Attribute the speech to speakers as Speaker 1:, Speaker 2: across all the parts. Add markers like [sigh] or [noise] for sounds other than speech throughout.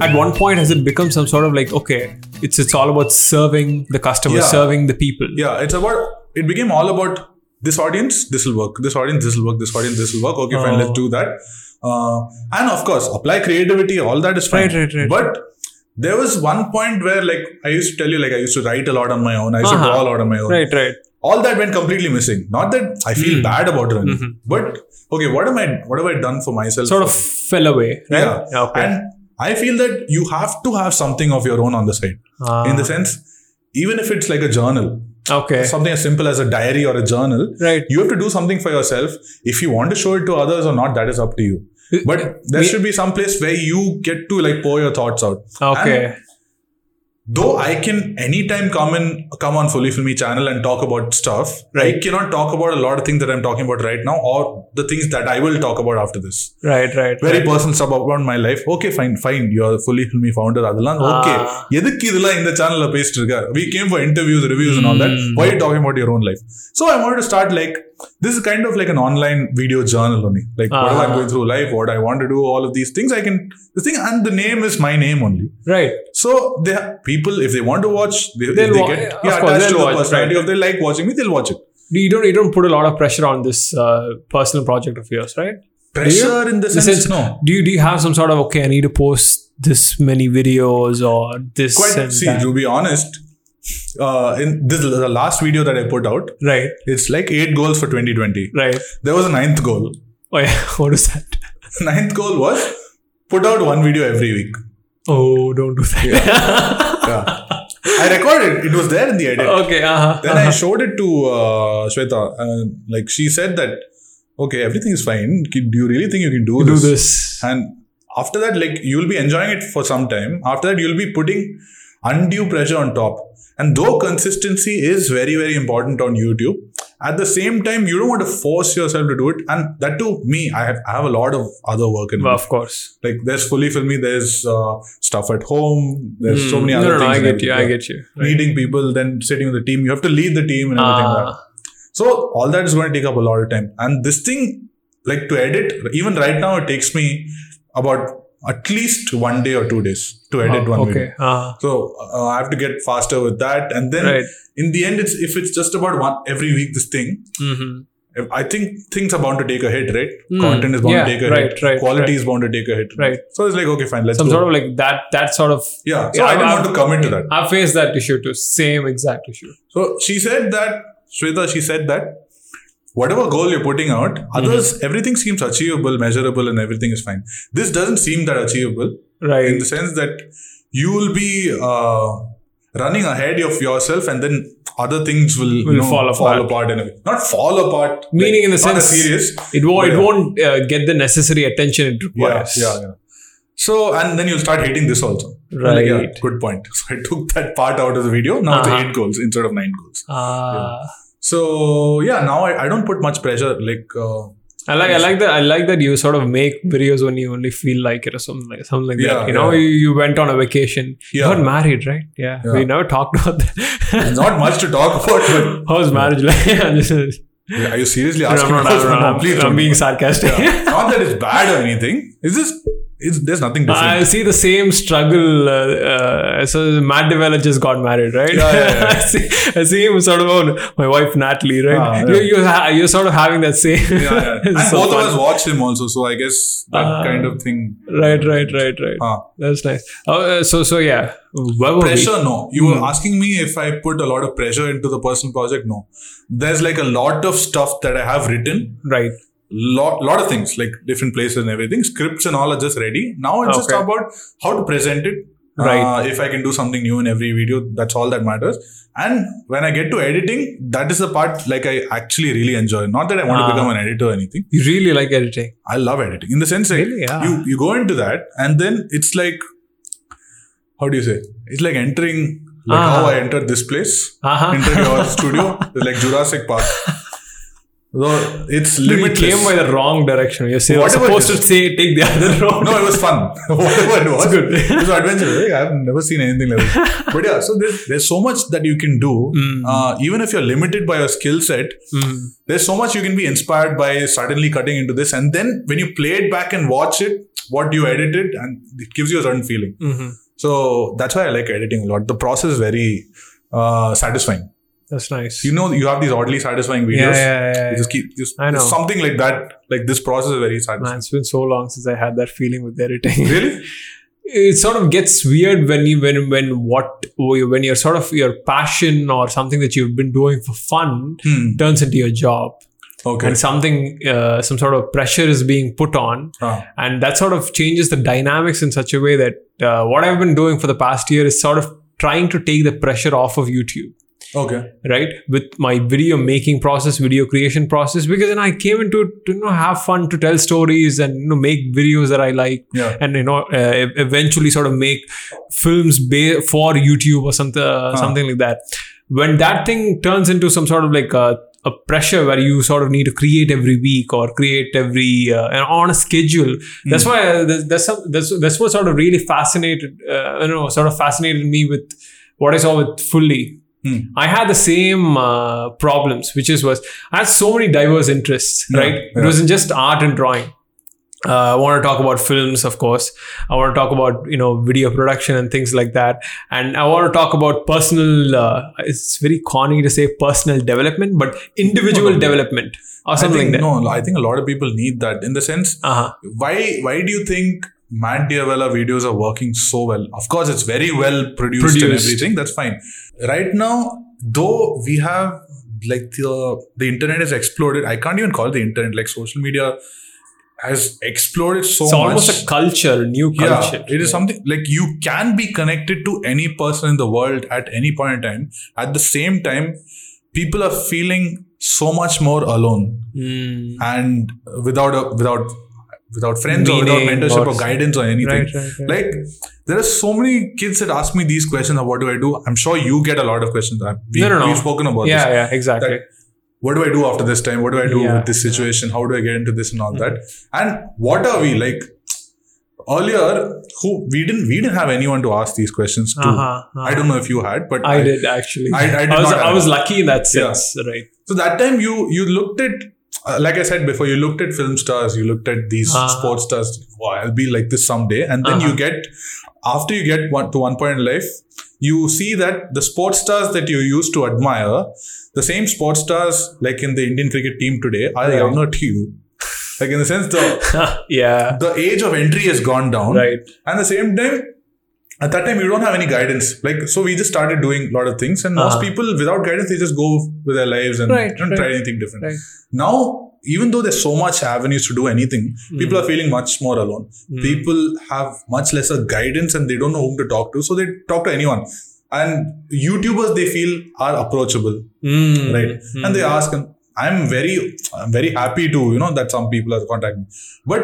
Speaker 1: at one point has it become some sort of like okay, it's it's all about serving the customer,
Speaker 2: Yeah.
Speaker 1: serving the people.
Speaker 2: Yeah, it's about it became all about this audience, this will work. This audience, this will work. This audience, this will work. Okay, fine,
Speaker 1: Oh.
Speaker 2: let's do that. Uh, and of course, apply creativity. All that is fine.
Speaker 1: Right, right, right.
Speaker 2: But there was one point where, like, I used to tell you, like, I used to write a lot on my own. I used
Speaker 1: Uh-huh.
Speaker 2: to draw a lot on my own.
Speaker 1: Right, Hmm. right.
Speaker 2: All that went completely missing. Not that I feel bad about it, or anything,
Speaker 1: Mm-hmm.
Speaker 2: but okay, what am I? What have I done for myself?
Speaker 1: Sort of fell away. Right?
Speaker 2: yeah.
Speaker 1: Okay.
Speaker 2: And I feel that you have to have something of your own on the side.
Speaker 1: Ah,
Speaker 2: In the sense, even if it's like a journal,
Speaker 1: okay.
Speaker 2: [laughs] something as simple as a diary or a journal
Speaker 1: Right.
Speaker 2: you have to do something for yourself if you want to show it to others or not that is up to you but there
Speaker 1: Uh, We-
Speaker 2: should be some place where you get to like pour your thoughts out
Speaker 1: Okay.
Speaker 2: though i can anytime come in come on fully filmy channel and talk about stuff i
Speaker 1: Right.
Speaker 2: cannot talk about a lot of things that i'm talking about right now or the things that i will talk about after this
Speaker 1: Right, right.
Speaker 2: very
Speaker 1: right.
Speaker 2: personal stuff about my life okay fine fine you are fully filmy founder அதெல்லாம்
Speaker 1: Ah.
Speaker 2: okay எதுக்கு இதெல்லாம் இந்த சேனல்ல பேசிட்டு இருக்க we came for interviews reviews and all that
Speaker 1: Hmm.
Speaker 2: why are you talking about your own life so i wanted to start like this is kind of like an online video journal only like whatever i'm
Speaker 1: Ah.
Speaker 2: going through life what i want to do all of these things i can the thing and the name is my name only
Speaker 1: Right.
Speaker 2: so they have, people if they want to watch they, if
Speaker 1: They'll
Speaker 2: they
Speaker 1: wa-
Speaker 2: get
Speaker 1: of
Speaker 2: yeah,
Speaker 1: course,
Speaker 2: attached
Speaker 1: they'll
Speaker 2: to the
Speaker 1: watch,
Speaker 2: personality
Speaker 1: right.
Speaker 2: if they like watching me they'll watch it
Speaker 1: You don't you don't put a lot of pressure on this uh, personal project of yours, right?
Speaker 2: pressure in the
Speaker 1: The
Speaker 2: sense,
Speaker 1: sense-
Speaker 2: no
Speaker 1: Do you do you have some sort of okay? I need to post this many videos or this
Speaker 2: quite
Speaker 1: and
Speaker 2: see
Speaker 1: that.
Speaker 2: to be honest uh, in this the last video that i put out
Speaker 1: Right,
Speaker 2: it's like eight goals for 2020
Speaker 1: right.
Speaker 2: there was a ninth goal
Speaker 1: Oh yeah, [laughs] what is that?
Speaker 2: ninth goal was put out one video every week
Speaker 1: Oh, don't do that.
Speaker 2: yeah. i recorded it was there in the edit
Speaker 1: [laughs] okay, uh-huh,
Speaker 2: then i
Speaker 1: uh-huh.
Speaker 2: showed it to uh, shweta and like she said that okay everything is fine Ki- do you really think you can do
Speaker 1: do
Speaker 2: this,
Speaker 1: this.
Speaker 2: and after that like you'll be enjoying it for some time after that you'll be putting undue pressure on top and though consistency is very very important on youtube at the same time you don't want to force yourself to do it and that to me i have, I have a lot of other work in
Speaker 1: Well, of course.
Speaker 2: like there's fully filmy there's uh, stuff at home there's so
Speaker 1: Hmm.
Speaker 2: many
Speaker 1: no,
Speaker 2: other
Speaker 1: no, no,
Speaker 2: things
Speaker 1: I
Speaker 2: that
Speaker 1: get you.
Speaker 2: do.
Speaker 1: I get you. Right.
Speaker 2: meeting people then sitting with the team you have to lead the team and everything like that.
Speaker 1: Ah,
Speaker 2: so all that is going to take up a lot of time and this thing like to edit even right now it takes me about at least one day or two days to edit
Speaker 1: oh,
Speaker 2: one video
Speaker 1: Okay. Uh,
Speaker 2: so uh, i have to get faster with that and then
Speaker 1: right.
Speaker 2: in the end it's if it's just about one every week this thing
Speaker 1: Mm-hmm.
Speaker 2: if- I think things are bound to take a hit, right?
Speaker 1: Hmm.
Speaker 2: Content is bound
Speaker 1: Yeah,
Speaker 2: to take a
Speaker 1: right,
Speaker 2: hit.
Speaker 1: right,
Speaker 2: Quality
Speaker 1: right.
Speaker 2: is bound to take a hit.
Speaker 1: Right.
Speaker 2: So it's like, okay, fine, let's
Speaker 1: Some
Speaker 2: go.
Speaker 1: sort of like that. That sort of.
Speaker 2: Yeah. So
Speaker 1: Yeah,
Speaker 2: I didn't
Speaker 1: I've-
Speaker 2: want to come into that.
Speaker 1: I faced that issue too. Same exact issue.
Speaker 2: So she said that, Shweta, she said that whatever goal you're putting out,
Speaker 1: Mm-hmm.
Speaker 2: others, everything seems achievable, measurable, and everything is fine. This doesn't seem that achievable in
Speaker 1: Right.
Speaker 2: the sense that you will be uh, running ahead of yourself and then other things will, you
Speaker 1: Will
Speaker 2: know,
Speaker 1: fall apart.
Speaker 2: and everything. Not fall apart. like,
Speaker 1: Meaning in the
Speaker 2: not as
Speaker 1: sense-
Speaker 2: serious.
Speaker 1: It won't. It
Speaker 2: Yeah.
Speaker 1: won't uh, get the necessary attention it
Speaker 2: Yeah,
Speaker 1: requires.
Speaker 2: yeah, yeah. So, and then you'll start hating this also. I'm like, yeah,
Speaker 1: Right.
Speaker 2: good point. [laughs] So I took that part out of the video. Now
Speaker 1: Uh-huh.
Speaker 2: it's eight goals instead of nine goals.
Speaker 1: Ah.
Speaker 2: So yeah, now I, I don't put much pressure. Like uh,
Speaker 1: I like I like that I like that you sort of make videos when you only feel like it or something like something like
Speaker 2: Yeah,
Speaker 1: that. You know,
Speaker 2: yeah.
Speaker 1: you, you went on a vacation.
Speaker 2: Yeah.
Speaker 1: You got married, right? Yeah.
Speaker 2: Yeah.
Speaker 1: We never talked about that. [laughs]
Speaker 2: not much to talk about.
Speaker 1: How's marriage like? [laughs] Yeah, this is-
Speaker 2: But are you seriously
Speaker 1: No,
Speaker 2: asking?
Speaker 1: no, no,
Speaker 2: about-
Speaker 1: no, no,
Speaker 2: no,
Speaker 1: I'm-
Speaker 2: [laughs] please
Speaker 1: I'm
Speaker 2: don't.
Speaker 1: being sarcastic.
Speaker 2: Yeah. Not that it's bad or anything. It's just it's there's nothing
Speaker 1: [laughs] I
Speaker 2: different.
Speaker 1: see the same struggle. Uh, uh, so Matt Devella just got married, right?
Speaker 2: Yeah,
Speaker 1: [laughs]
Speaker 2: yeah,
Speaker 1: I,
Speaker 2: yeah.
Speaker 1: see, I see him sort of on my wife Natalie, right?
Speaker 2: Ah, yeah.
Speaker 1: you, you ha- you're sort of having that same.
Speaker 2: yeah,
Speaker 1: [laughs]
Speaker 2: yeah. And
Speaker 1: It's so
Speaker 2: both
Speaker 1: fun.
Speaker 2: of us watched him also, so I guess that
Speaker 1: Ah.
Speaker 2: kind of thing.
Speaker 1: Right, right, right, right.
Speaker 2: Ah.
Speaker 1: That's nice. Oh, uh, so, so yeah. Where were we?
Speaker 2: pressure no you were asking me if i put a lot of pressure into the personal project no there's like a lot of stuff that i have written
Speaker 1: Right.
Speaker 2: lot lot of things like different places and everything scripts and all are just ready now it's just
Speaker 1: Okay.
Speaker 2: about how to present it
Speaker 1: Right.
Speaker 2: Uh, if i can do something new in every video that's all that matters and when i get to editing that is the part like i actually really enjoy not that i want
Speaker 1: Ah.
Speaker 2: to become an editor or anything
Speaker 1: You really like editing.
Speaker 2: I love editing in the sense like
Speaker 1: Really? Yeah.
Speaker 2: you you go into that and then it's like how do you say it's like entering like
Speaker 1: Ah.
Speaker 2: how I entered this place
Speaker 1: [laughs] Uh-huh.
Speaker 2: entered your studio it's like Jurassic Park Though it's
Speaker 1: Dude, you
Speaker 2: limitless.
Speaker 1: came by the wrong direction. You're saying-
Speaker 2: Whatever
Speaker 1: supposed
Speaker 2: it
Speaker 1: to
Speaker 2: is.
Speaker 1: say take the [laughs] other route.
Speaker 2: no, it was
Speaker 1: [laughs]
Speaker 2: fun. [laughs] Whatever it was,
Speaker 1: It's good.
Speaker 2: it was adventurous. Like, I've never seen anything like
Speaker 1: [laughs]
Speaker 2: that. But yeah, so there's, there's so much that you can do,
Speaker 1: Mm.
Speaker 2: uh, even if you're limited by your skill set.
Speaker 1: Mm.
Speaker 2: There's so much you can be inspired by suddenly cutting into this, and then when you play it back and watch it, what do you edit it, and it gives you a certain feeling.
Speaker 1: hmm
Speaker 2: So that's why I like editing a lot. The process is very uh, satisfying.
Speaker 1: That's nice.
Speaker 2: You know, you have these oddly satisfying
Speaker 1: yeah,
Speaker 2: videos.
Speaker 1: yeah, yeah,
Speaker 2: You
Speaker 1: yeah.
Speaker 2: just keep just
Speaker 1: I know.
Speaker 2: something like that. Like this process is very satisfying.
Speaker 1: Man, it's been so long since I had that feeling with editing.
Speaker 2: Really?
Speaker 1: [laughs] It sort of gets weird when you when when what when your sort of your passion or something that you've been doing for fun
Speaker 2: Hmm.
Speaker 1: turns into your job,
Speaker 2: Okay.
Speaker 1: and something uh, some sort of pressure is being put on,
Speaker 2: Ah.
Speaker 1: and that sort of changes the dynamics in such a way that uh, what I've been doing for the past year is sort of trying to take the pressure off of YouTube.
Speaker 2: Okay.
Speaker 1: right with my video making process video creation process because then i came into it to you know have fun to tell stories and you know make videos that i like
Speaker 2: Yeah.
Speaker 1: and you know uh, e- eventually sort of make films ba- for youtube or something uh, something like that when that thing turns into some sort of like a, a pressure where you sort of need to create every week or create every uh, and on a schedule that's why uh, that's that's, some, that's that's what sort of really fascinated uh, you know sort of fascinated me with what i saw with fully
Speaker 2: Hmm.
Speaker 1: I had the same uh, problems, which is was I had so many diverse interests,
Speaker 2: Yeah,
Speaker 1: right? It
Speaker 2: yeah.
Speaker 1: wasn't just art and drawing. Uh, I want to talk about films, of course. I want to talk about you know video production and things like that, and I want to talk about personal. Uh, it's very corny to say personal development, but individual
Speaker 2: no.
Speaker 1: development or
Speaker 2: I
Speaker 1: something
Speaker 2: think,
Speaker 1: like that.
Speaker 2: no, I think a lot of people need that in the sense
Speaker 1: Uh huh.
Speaker 2: why why do you think Matt Diavella videos are working so well? Of course, it's very well produced, and
Speaker 1: Produced.
Speaker 2: everything. That's fine. Right now, though, we have like the the internet has exploded. I can't even call it the internet like social media has exploded so
Speaker 1: it's
Speaker 2: much.
Speaker 1: almost a culture, new
Speaker 2: yeah,
Speaker 1: culture.
Speaker 2: it is something like you can be connected to any person in the world at any point in time. At the same time, people are feeling so much more alone
Speaker 1: Mm,
Speaker 2: and without a without without friends or without
Speaker 1: Meaning
Speaker 2: mentorship
Speaker 1: or-
Speaker 2: or, guidance or anything
Speaker 1: right, right, right.
Speaker 2: like there are so many kids that ask me these questions of what do i do i'm sure you get a lot of questions I- we,
Speaker 1: No, no, no.
Speaker 2: we've spoken about
Speaker 1: yeah,
Speaker 2: this
Speaker 1: yeah, exactly.
Speaker 2: That- what do i do after this time what do i do
Speaker 1: Yeah, Hmm.
Speaker 2: with this situation how do i get into this and all that and what are we like earlier who we didn't we didn't have anyone to ask these questions to
Speaker 1: Uh-huh, uh-huh.
Speaker 2: i don't know if you had but
Speaker 1: I did actually.
Speaker 2: I- I did
Speaker 1: was,
Speaker 2: not have
Speaker 1: I
Speaker 2: it.
Speaker 1: was lucky in that
Speaker 2: Yeah.
Speaker 1: sense, right?
Speaker 2: So that time you you looked at uh, like I said before, you looked at film stars, you looked at these
Speaker 1: Ah.
Speaker 2: sports stars. Wow, I'll be like this someday. And then
Speaker 1: Uh-huh.
Speaker 2: you get after you get one to one point in life, you see that the sports stars that you used to admire, the same sports stars like in the Indian cricket team today are
Speaker 1: Right.
Speaker 2: younger to you. Like in the sense the
Speaker 1: [laughs] yeah.
Speaker 2: the age of entry has gone down.
Speaker 1: Right.
Speaker 2: And the same time, at that time, you don't have any guidance. Like, so we just started doing a lot of things. And most
Speaker 1: Uh-huh.
Speaker 2: people, without guidance, they just go with their lives and
Speaker 1: Right,
Speaker 2: don't try anything different.
Speaker 1: Right.
Speaker 2: Now, even though there's so much avenues to do anything, people are feeling much more alone.
Speaker 1: Mm.
Speaker 2: People have much lesser guidance and they don't know whom to talk to. So they talk to anyone. And YouTubers, they feel are approachable
Speaker 1: Mm.
Speaker 2: right and they ask him i'm very i'm very happy to you know that some people are contacting me but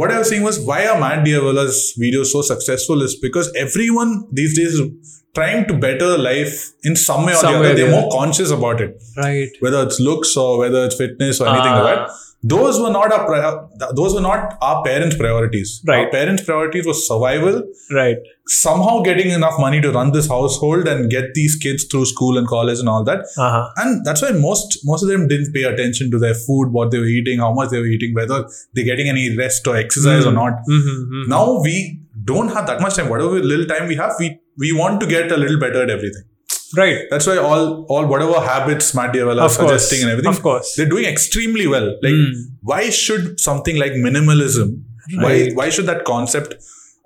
Speaker 2: what i was saying was why are matt diavola's videos so successful is because everyone these days is trying to better life in some way or
Speaker 1: Some
Speaker 2: the
Speaker 1: way
Speaker 2: other
Speaker 1: or
Speaker 2: they're
Speaker 1: the
Speaker 2: more conscious about it
Speaker 1: Right.
Speaker 2: whether it's looks or whether it's fitness or anything like that
Speaker 1: Ah.
Speaker 2: those were not our pri- those were not our parents priorities our
Speaker 1: Right.
Speaker 2: parents priorities was survival
Speaker 1: Right.
Speaker 2: somehow getting enough money to run this household and get these kids through school and college and all that
Speaker 1: Uh-huh.
Speaker 2: and that's why most most of them didn't pay attention to their food what they were eating how much they were eating whether they're getting any rest or exercise or
Speaker 1: Mm.
Speaker 2: not
Speaker 1: Mm-hmm.
Speaker 2: now we don't have that much time whatever little time we have we we want to get a little better at everything
Speaker 1: Right.
Speaker 2: that's why all all whatever habits matt Diavella
Speaker 1: Of
Speaker 2: is
Speaker 1: course.
Speaker 2: suggesting and everything
Speaker 1: Of course.
Speaker 2: they're doing extremely well like
Speaker 1: Mm.
Speaker 2: why should something like minimalism why
Speaker 1: Right.
Speaker 2: why should that concept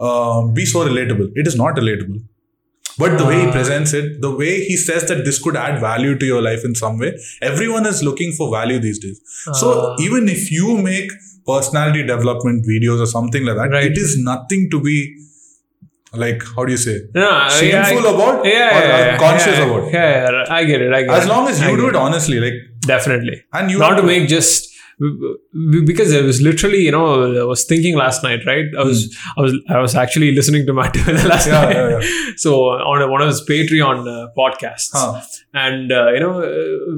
Speaker 2: um, be so relatable it is not relatable but the way he
Speaker 1: Ah.
Speaker 2: presents it the way he says that this could add value to your life in some way everyone is looking for value these days so e-
Speaker 1: Ah.
Speaker 2: even if you make personality development videos or something like that
Speaker 1: Right.
Speaker 2: it is nothing to be like how do you say
Speaker 1: Ah, Yeah,
Speaker 2: shameful
Speaker 1: yeah,
Speaker 2: about
Speaker 1: yeah,
Speaker 2: or uh,
Speaker 1: yeah, yeah,
Speaker 2: conscious
Speaker 1: yeah,
Speaker 2: about
Speaker 1: Yeah, yeah, I get it. I get
Speaker 2: as
Speaker 1: it.
Speaker 2: long as
Speaker 1: I
Speaker 2: you
Speaker 1: get
Speaker 2: do it honestly like
Speaker 1: Definitely.
Speaker 2: and you
Speaker 1: Not
Speaker 2: have
Speaker 1: to make just b- because I was literally, you know, I was thinking last night, right? I was, I was, I was actually listening to Matt [laughs] last
Speaker 2: Hmm. Yeah,
Speaker 1: night.
Speaker 2: yeah, yeah.
Speaker 1: So on one of his Patreon uh, podcasts,
Speaker 2: Huh.
Speaker 1: and uh, you know, uh,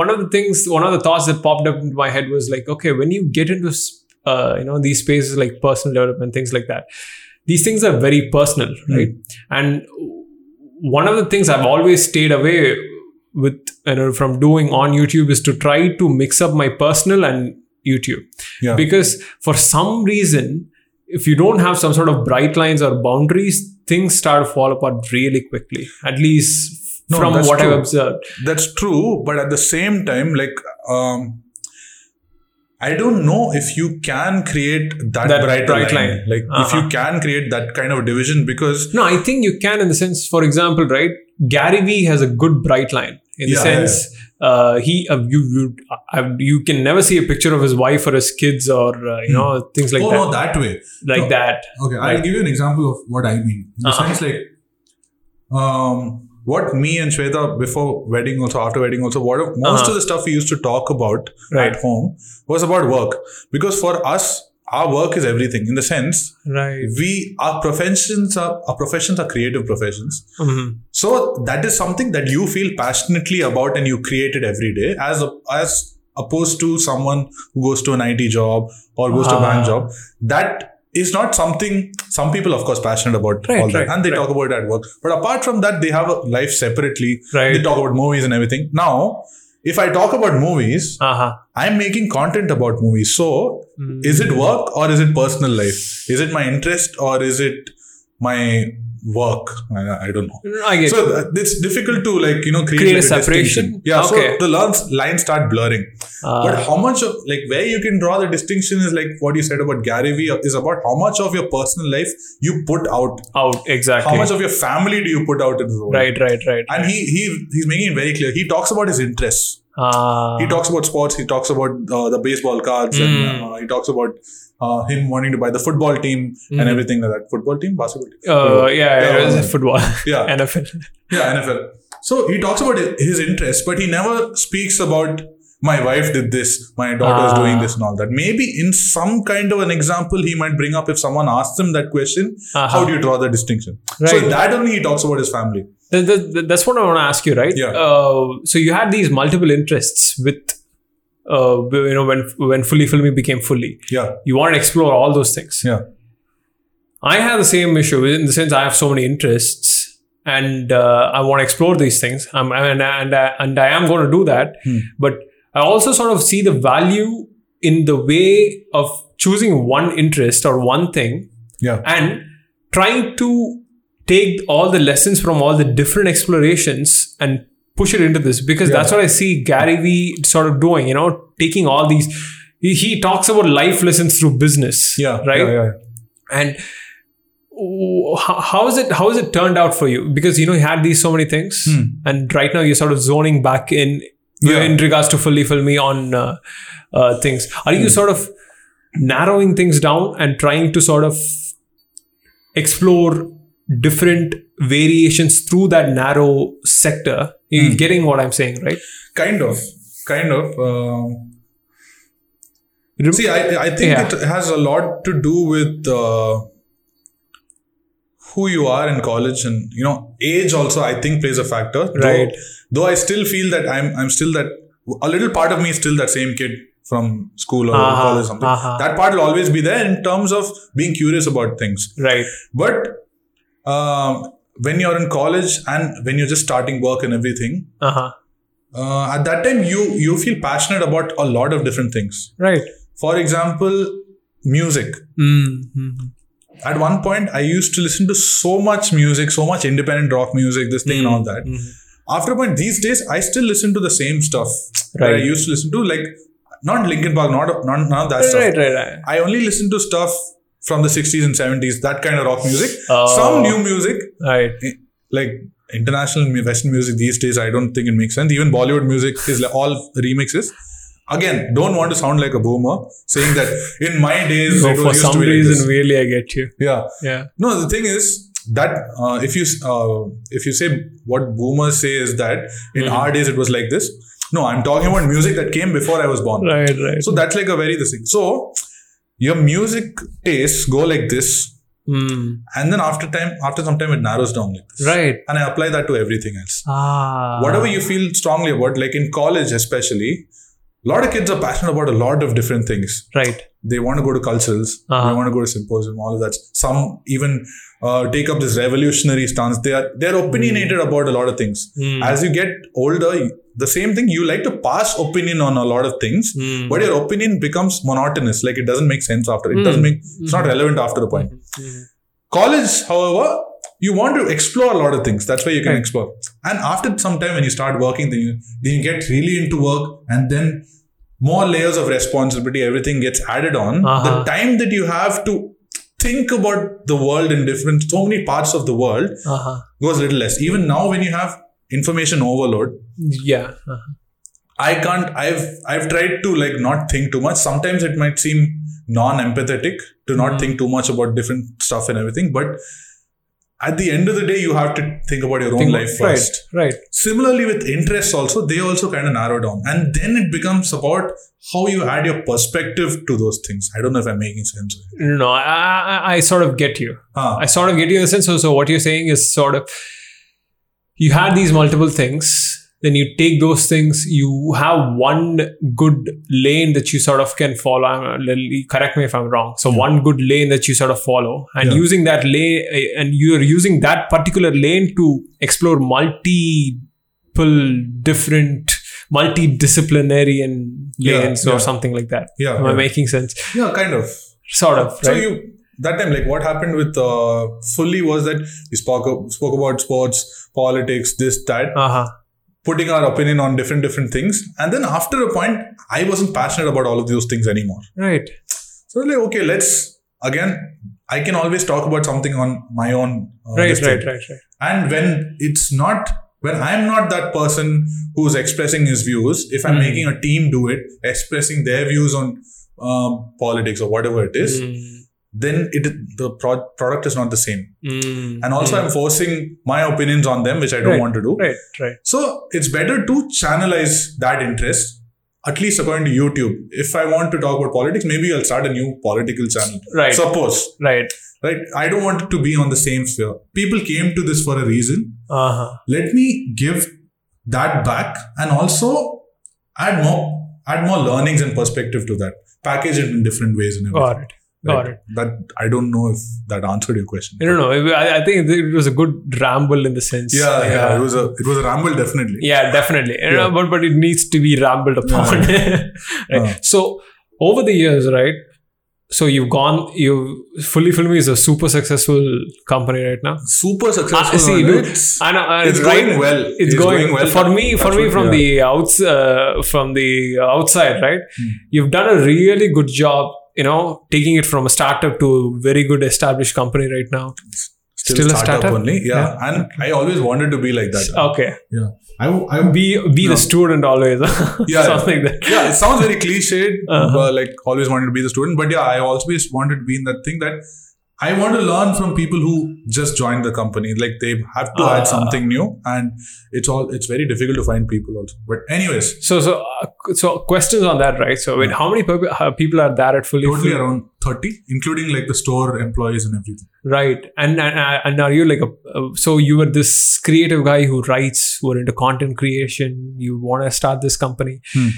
Speaker 1: one of the things, one of the thoughts that popped up in my head was like, okay, when you get into, s- uh, you know, these spaces like personal development, things like that, these things are very personal, right? And one of the things I've always stayed away with, you know, from doing on YouTube is to try to mix up my personal and YouTube
Speaker 2: Yeah.
Speaker 1: because for some reason if you don't have some sort of bright lines or boundaries things start to fall apart really quickly at least
Speaker 2: No,
Speaker 1: from
Speaker 2: that's
Speaker 1: what
Speaker 2: true.
Speaker 1: i've observed
Speaker 2: That's true, but at the same time, like um, I don't know if you can create that,
Speaker 1: That
Speaker 2: bright,
Speaker 1: bright
Speaker 2: line.
Speaker 1: line.
Speaker 2: Like if
Speaker 1: Uh-huh.
Speaker 2: you can create that kind of division, because
Speaker 1: no i think you can in the sense for example right gary vee has a good bright line in the
Speaker 2: Yeah,
Speaker 1: sense uh, he uh, you you, uh, you can never see a picture of his wife or his kids or uh, you know things like
Speaker 2: oh
Speaker 1: that
Speaker 2: no, that way.
Speaker 1: like
Speaker 2: No.
Speaker 1: that
Speaker 2: Okay, I'll give you an example of what I mean. In the
Speaker 1: Uh-huh.
Speaker 2: sense, like, um, what me and Shweta before wedding, also after wedding, also, what most
Speaker 1: Uh-huh.
Speaker 2: of the stuff we used to talk about
Speaker 1: Right.
Speaker 2: at home was about work. Because for us, our work is everything. In the sense,
Speaker 1: right
Speaker 2: we our professions are our professions are creative professions.
Speaker 1: Mhm.
Speaker 2: So that is something that you feel passionately about and you create it every day, as as opposed to someone who goes to an IT job or goes to a bank
Speaker 1: Ah.
Speaker 2: job. That is not something some people, of course, passionate about
Speaker 1: Right,
Speaker 2: all that,
Speaker 1: right,
Speaker 2: and they
Speaker 1: right.
Speaker 2: talk about it at work. But apart from that, they have a life separately.
Speaker 1: Right.
Speaker 2: They talk about movies and everything. Now, if I talk about movies,
Speaker 1: uh-huh
Speaker 2: I'm making content about movies. So
Speaker 1: Mm.
Speaker 2: is it work or is it personal life? Is it my interest or is it my work? I, I don't know
Speaker 1: i get
Speaker 2: so uh, it's difficult to like you know create,
Speaker 1: Create
Speaker 2: like,
Speaker 1: a separation?
Speaker 2: distinction. yeah
Speaker 1: Okay.
Speaker 2: so the lines, lines start blurring
Speaker 1: Ah.
Speaker 2: but how much of like where you can draw the distinction is like what you said about gary vee uh, is about how much of your personal life you put out
Speaker 1: out exactly
Speaker 2: how much of your family do you put out in the world
Speaker 1: right right right
Speaker 2: and he he he's making it very clear he talks about his interests
Speaker 1: uh,
Speaker 2: he talks about sports he talks about uh, the baseball cards and
Speaker 1: Mm.
Speaker 2: uh, he talks about uh, him wanting to buy the football team and
Speaker 1: Mm.
Speaker 2: everything like that football team basketball team
Speaker 1: Uh, yeah, it was
Speaker 2: Yeah.
Speaker 1: football.
Speaker 2: [laughs]
Speaker 1: [laughs]
Speaker 2: yeah
Speaker 1: NFL.
Speaker 2: Yeah, NFL. So he talks about his interests, but he never speaks about my wife did this, my daughter's
Speaker 1: Ah.
Speaker 2: doing this, and all that. Maybe in some kind of an example, he might bring up if someone asks him that question, how
Speaker 1: Uh-huh.
Speaker 2: do you draw the distinction? So
Speaker 1: Right.
Speaker 2: in that only he talks about his family.
Speaker 1: Th- th- th- that's what I want to ask you, right?
Speaker 2: Yeah.
Speaker 1: Uh, so you had these multiple interests with, uh, you know, when when fully filmy became fully,
Speaker 2: Yeah,
Speaker 1: you wanted to explore all those things.
Speaker 2: yeah,
Speaker 1: I have the same issue in the sense I have so many interests and uh, I want to explore these things. I'm, and and uh, and I am going to do that,
Speaker 2: Hmm.
Speaker 1: but I also sort of see the value in the way of choosing one interest or one thing
Speaker 2: yeah,
Speaker 1: and trying to take all the lessons from all the different explorations and push it into this because
Speaker 2: Yeah.
Speaker 1: that's what I see Gary Vee sort of doing, you know, taking all these. He, he talks about life lessons through business,
Speaker 2: yeah.
Speaker 1: right?
Speaker 2: Yeah, yeah.
Speaker 1: And w- how how is it? How is it turned out for you? Because you know you had these so many things,
Speaker 2: Hmm.
Speaker 1: and right now you're sort of zoning back in
Speaker 2: Yeah.
Speaker 1: in regards to fully fill me on uh, uh, things. Are
Speaker 2: Hmm.
Speaker 1: you sort of narrowing things down and trying to sort of explore different variations through that narrow sector?
Speaker 2: Hmm.
Speaker 1: You're getting what I'm saying, right?
Speaker 2: Kind of, kind of. Um,
Speaker 1: Rem-
Speaker 2: See, I, I think
Speaker 1: Yeah.
Speaker 2: it has a lot to do with uh, who you are in college, and you know, age also I think plays a factor.
Speaker 1: Right.
Speaker 2: Though, though I still feel that I'm I'm still that a little part of me is still that same kid from school or
Speaker 1: Uh-huh,
Speaker 2: college or something.
Speaker 1: uh-huh.
Speaker 2: That part will always be there in terms of being curious about things.
Speaker 1: right.
Speaker 2: But um, when you're in college and when you're just starting work and everything,
Speaker 1: Uh huh.
Speaker 2: uh, at that time you you feel passionate about a lot of different things.
Speaker 1: Right.
Speaker 2: For example, music. Hmm.
Speaker 1: Mm-hmm.
Speaker 2: At one point, I used to listen to so much music, so much independent rock music, this
Speaker 1: Hmm.
Speaker 2: thing and all that.
Speaker 1: Mm-hmm.
Speaker 2: After a point, these days, I still listen to the same stuff that I
Speaker 1: Right.
Speaker 2: used to listen to, like not Linkin Park, not, not none of that stuff.
Speaker 1: Right. Right. Right.
Speaker 2: I only listen to stuff from the 60s and 70s, that kind of rock music.
Speaker 1: Oh.
Speaker 2: Some new music,
Speaker 1: Right.
Speaker 2: like international mu- Western music these days, I don't think it makes sense. Even Bollywood music is like all remixes. Again, don't want to sound like a boomer saying that in my days
Speaker 1: So
Speaker 2: it was
Speaker 1: for
Speaker 2: used
Speaker 1: some
Speaker 2: to be like
Speaker 1: reason,
Speaker 2: this.
Speaker 1: really, I get you.
Speaker 2: yeah.
Speaker 1: Yeah.
Speaker 2: No, the thing is that
Speaker 1: Mm-hmm.
Speaker 2: uh, if you uh, if you say what boomers say is that in our days it was like this. No, I'm talking about music that came before I was born.
Speaker 1: Right, right.
Speaker 2: So that's like a very this thing. So your music tastes go like this,
Speaker 1: Mm.
Speaker 2: and then after time, after some time, it narrows down like this.
Speaker 1: Right.
Speaker 2: And I apply that to everything else.
Speaker 1: Ah.
Speaker 2: Whatever you feel strongly about, like in college especially, a lot of kids are passionate about a lot of different things.
Speaker 1: Right.
Speaker 2: they want to go to cultures
Speaker 1: Uh-huh.
Speaker 2: they want to go to symposium all of that some even uh, take up this revolutionary stance they are they're opinionated about a lot of things
Speaker 1: Mm.
Speaker 2: as you get older you- the same thing you like to pass opinion on a lot of things
Speaker 1: Mm.
Speaker 2: but your opinion becomes monotonous like it doesn't make sense after it doesn't make it's not relevant after a point
Speaker 1: Mm.
Speaker 2: college however you want to explore a lot of things that's why you can explore and after some time when you start working then you then you get really into work and then more layers of responsibility everything gets added on the
Speaker 1: Uh-huh.
Speaker 2: time that you have to think about the world in different so many parts of the world
Speaker 1: Uh-huh.
Speaker 2: goes little less even now when you have information overload
Speaker 1: Yeah. Uh-huh.
Speaker 2: i can't i've i've tried to like not think too much sometimes it might seem non-empathetic to not
Speaker 1: Mm.
Speaker 2: think too much about different stuff and everything but at the end of the day you have to think about your own
Speaker 1: Think-
Speaker 2: life
Speaker 1: right.
Speaker 2: first
Speaker 1: Right.
Speaker 2: similarly with interests also they also kind of narrow down and then it becomes about how you add your perspective to those things i don't know if i'm making sense Ah,
Speaker 1: No, I, I, I sort of get you.
Speaker 2: huh.
Speaker 1: I sort of get you in the sense. So, so what you're saying is sort of you had these multiple things, then you take those things, you have one good lane that you sort of can follow. I'm, Lily, correct me if I'm wrong. So one good lane that you sort of follow, and
Speaker 2: Yeah.
Speaker 1: using that lane, eh, and you're using that particular lane to explore multiple different multidisciplinarian
Speaker 2: Yeah,
Speaker 1: lanes or
Speaker 2: yeah.
Speaker 1: something like that.
Speaker 2: Yeah,
Speaker 1: Am I
Speaker 2: yeah.
Speaker 1: making sense?
Speaker 2: yeah kind of
Speaker 1: Sort of. Right?
Speaker 2: so you that time like what happened with uh, fully was that you spoke spoke about sports politics this that
Speaker 1: uh-huh.
Speaker 2: putting our opinion on different different things and then after a point i wasn't passionate about all of those things anymore
Speaker 1: Right.
Speaker 2: so like okay let's again i can always talk about something on my own uh,
Speaker 1: Right,
Speaker 2: this thing.
Speaker 1: right, right, right.
Speaker 2: and when it's not when i'm not that person who's expressing his views if i'm
Speaker 1: Mm.
Speaker 2: making a team do it expressing their views on um, politics or whatever it is
Speaker 1: Mm.
Speaker 2: then it the pro- product is not the same
Speaker 1: Mm.
Speaker 2: and also i'm forcing my opinions on them which i don't
Speaker 1: Right.
Speaker 2: want to do
Speaker 1: right, right.
Speaker 2: so it's better to channelize that interest at least according to youtube if i want to talk about politics maybe i'll start a new political channel
Speaker 1: Right.
Speaker 2: suppose
Speaker 1: Right.
Speaker 2: right i don't want to be on the same sphere people came to this for a reason
Speaker 1: Uh-huh.
Speaker 2: let me give that back and also add more add more learnings and perspective to that package it in different ways and everything.
Speaker 1: Got it. Got
Speaker 2: Right.
Speaker 1: it.
Speaker 2: that i don't know if that answered your question
Speaker 1: I don't know. I, I think it was a good ramble in the sense.
Speaker 2: yeah, yeah it
Speaker 1: Yeah,
Speaker 2: was a it was a ramble definitely
Speaker 1: Yeah, definitely. You know,
Speaker 2: Yeah.
Speaker 1: But, but it needs to be rambled upon. [laughs] right.
Speaker 2: Yeah.
Speaker 1: So over the years, right? So you've gone, you Fully Filmy is a super successful company right now.
Speaker 2: super
Speaker 1: I
Speaker 2: successful
Speaker 1: Ah, see,
Speaker 2: and
Speaker 1: dude.
Speaker 2: it's,
Speaker 1: I know, I-
Speaker 2: it's
Speaker 1: right,
Speaker 2: going well
Speaker 1: It's, going, well for me.
Speaker 2: That's
Speaker 1: For me,
Speaker 2: what-
Speaker 1: from
Speaker 2: yeah.
Speaker 1: the outs, uh, from the outside, right?
Speaker 2: Hmm.
Speaker 1: You've done a really good job. You know, taking it from a startup to a very good established company right now.
Speaker 2: still,
Speaker 1: still a
Speaker 2: startup,
Speaker 1: startup?
Speaker 2: only yeah.
Speaker 1: Yeah.
Speaker 2: and i always wanted to be like that
Speaker 1: Okay,
Speaker 2: yeah i, I
Speaker 1: be be
Speaker 2: No.
Speaker 1: the student always. [laughs]
Speaker 2: Yeah.
Speaker 1: something that.
Speaker 2: yeah, it sounds very cliched,
Speaker 1: Uh-huh.
Speaker 2: but like always wanted to be the student. But yeah, I always wanted to be in that thing that I want to learn from people who just joined the company. Like they have to
Speaker 1: Ah.
Speaker 2: add something new, and it's all it's very difficult to find people also. But anyways,
Speaker 1: So so uh, so questions on that, right? So, wait, how many people, uh, people are there at Fully?
Speaker 2: totally
Speaker 1: Fully?
Speaker 2: around thirty, including like the store employees and everything.
Speaker 1: Right, and and and are you like a uh, so you were this creative guy who writes, who are into content creation. You want to start this company.
Speaker 2: Hmm.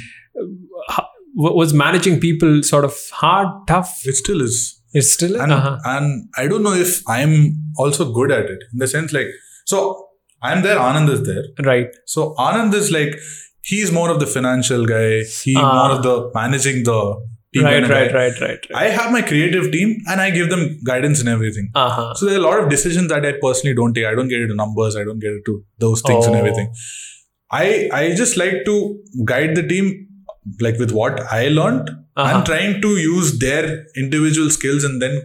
Speaker 1: Ho- wa- was managing people sort of hard, tough?
Speaker 2: It still is,
Speaker 1: It's still
Speaker 2: and
Speaker 1: uh-huh.
Speaker 2: and I don't know if I'm also good at it in the sense like so I'm there, Anand is there.
Speaker 1: right.
Speaker 2: So Anand is like he's more of the financial guy. He
Speaker 1: Ah.
Speaker 2: more of the managing the team.
Speaker 1: Right,
Speaker 2: kind of
Speaker 1: right,
Speaker 2: guy.
Speaker 1: right, right, right.
Speaker 2: I have my creative team and I give them guidance and everything.
Speaker 1: Uh huh.
Speaker 2: So there are a lot of decisions that I personally don't take. I don't get into numbers. I don't get into those things and
Speaker 1: Oh.
Speaker 2: everything. I I just like to guide the team like with what I learned.
Speaker 1: Uh-huh.
Speaker 2: I'm trying to use their individual skills and then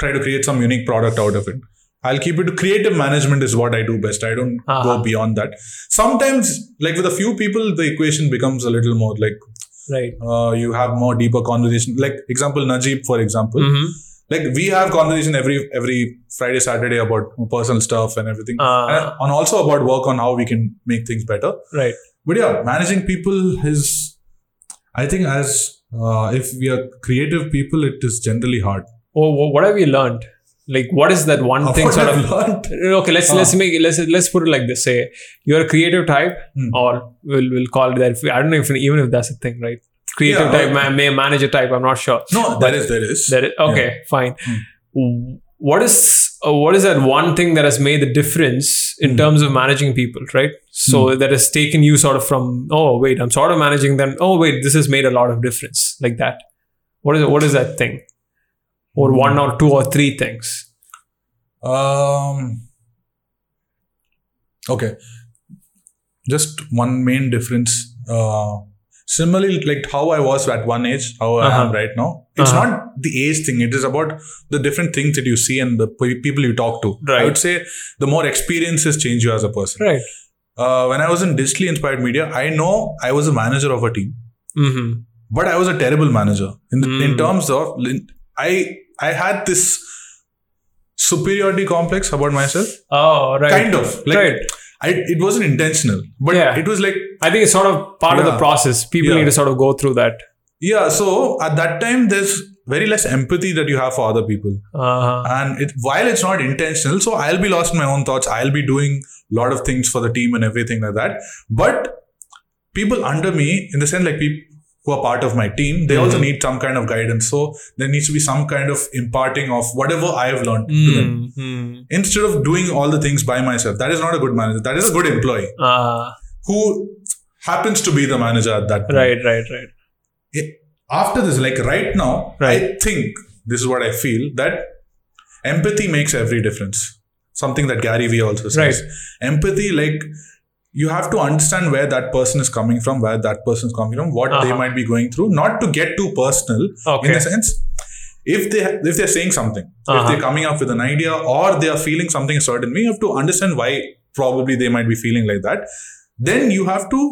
Speaker 2: try to create some unique product out of it. I'll keep it to creative management is what I do best. I don't
Speaker 1: Uh-huh.
Speaker 2: go beyond that. Sometimes, like with a few people, the equation becomes a little more like
Speaker 1: Right.
Speaker 2: uh, you have more deeper conversation. Like example, Najib, for example,
Speaker 1: Mm-hmm.
Speaker 2: like we have conversation every every Friday Saturday about personal stuff and everything,
Speaker 1: Uh.
Speaker 2: and on also about work on how we can make things better.
Speaker 1: right
Speaker 2: But yeah, managing people is, I think, as uh, if we are creative people, it is generally hard.
Speaker 1: or wh- what have you learned like what is that one
Speaker 2: Of
Speaker 1: thing
Speaker 2: course,
Speaker 1: sort
Speaker 2: I've
Speaker 1: of
Speaker 2: learned.
Speaker 1: okay let's
Speaker 2: Uh.
Speaker 1: let's make it let's let's put it like this say you're a creative type
Speaker 2: Hmm.
Speaker 1: or we'll, we'll call it that if, i don't know if even if that's a thing right creative
Speaker 2: Yeah,
Speaker 1: type
Speaker 2: or-
Speaker 1: ma- ma- manager type i'm not sure
Speaker 2: No, there is, Hmm. there is.
Speaker 1: that is, okay fine W- what is uh, what is that one thing that has made the difference in
Speaker 2: Hmm.
Speaker 1: terms of managing people right so that has taken you sort of from oh wait i'm sort of managing them oh wait this has made a lot of difference like that what is what is that thing or one or two or three things
Speaker 2: Um, okay. Just one main difference. Uh, similarly, like how I was at one age, how I am
Speaker 1: Uh-huh.
Speaker 2: right now. It's
Speaker 1: Uh-huh.
Speaker 2: not the age thing. It is about the different things that you see and the pe- people you talk to. I
Speaker 1: Right.
Speaker 2: would say the more experiences change you as a person.
Speaker 1: right
Speaker 2: Uh, when I was in digitally inspired media, I know I was a manager of a team,
Speaker 1: mm-hmm.
Speaker 2: but I was a terrible manager in the, in
Speaker 1: Mm.
Speaker 2: terms of I I had this superiority complex about myself
Speaker 1: oh right
Speaker 2: kind of like
Speaker 1: right
Speaker 2: I, it wasn't intentional but
Speaker 1: Yeah.
Speaker 2: it was like
Speaker 1: i think it's sort of part of the
Speaker 2: Yeah.
Speaker 1: process people
Speaker 2: Yeah.
Speaker 1: need to sort of go through that
Speaker 2: yeah so at that time there's very less empathy that you have for other people
Speaker 1: uh,
Speaker 2: and it while it's not intentional so i'll be lost in my own thoughts i'll be doing a lot of things for the team and everything like that but people under me in the sense like people who are part of my team they also
Speaker 1: Mhm.
Speaker 2: need some kind of guidance so there needs to be some kind of imparting of whatever i have learned to them
Speaker 1: mm, mm,
Speaker 2: instead of doing all the things by myself that is not a good manager that is a good employee
Speaker 1: uh,
Speaker 2: who happens to be the manager at that point.
Speaker 1: right right right
Speaker 2: After this, like right now,
Speaker 1: Right.
Speaker 2: I think this is what I feel that empathy makes every difference. Something that Gary Vee also says.
Speaker 1: Right.
Speaker 2: Empathy, like you have to understand where that person is coming from, where that person is coming from, what they
Speaker 1: Uh-huh.
Speaker 2: might be going through, not to get too personal
Speaker 1: okay
Speaker 2: in the sense if they if they're saying something if
Speaker 1: Uh-huh.
Speaker 2: they're coming up with an idea or they are feeling something a certain way you have to understand why probably they might be feeling like that then you have to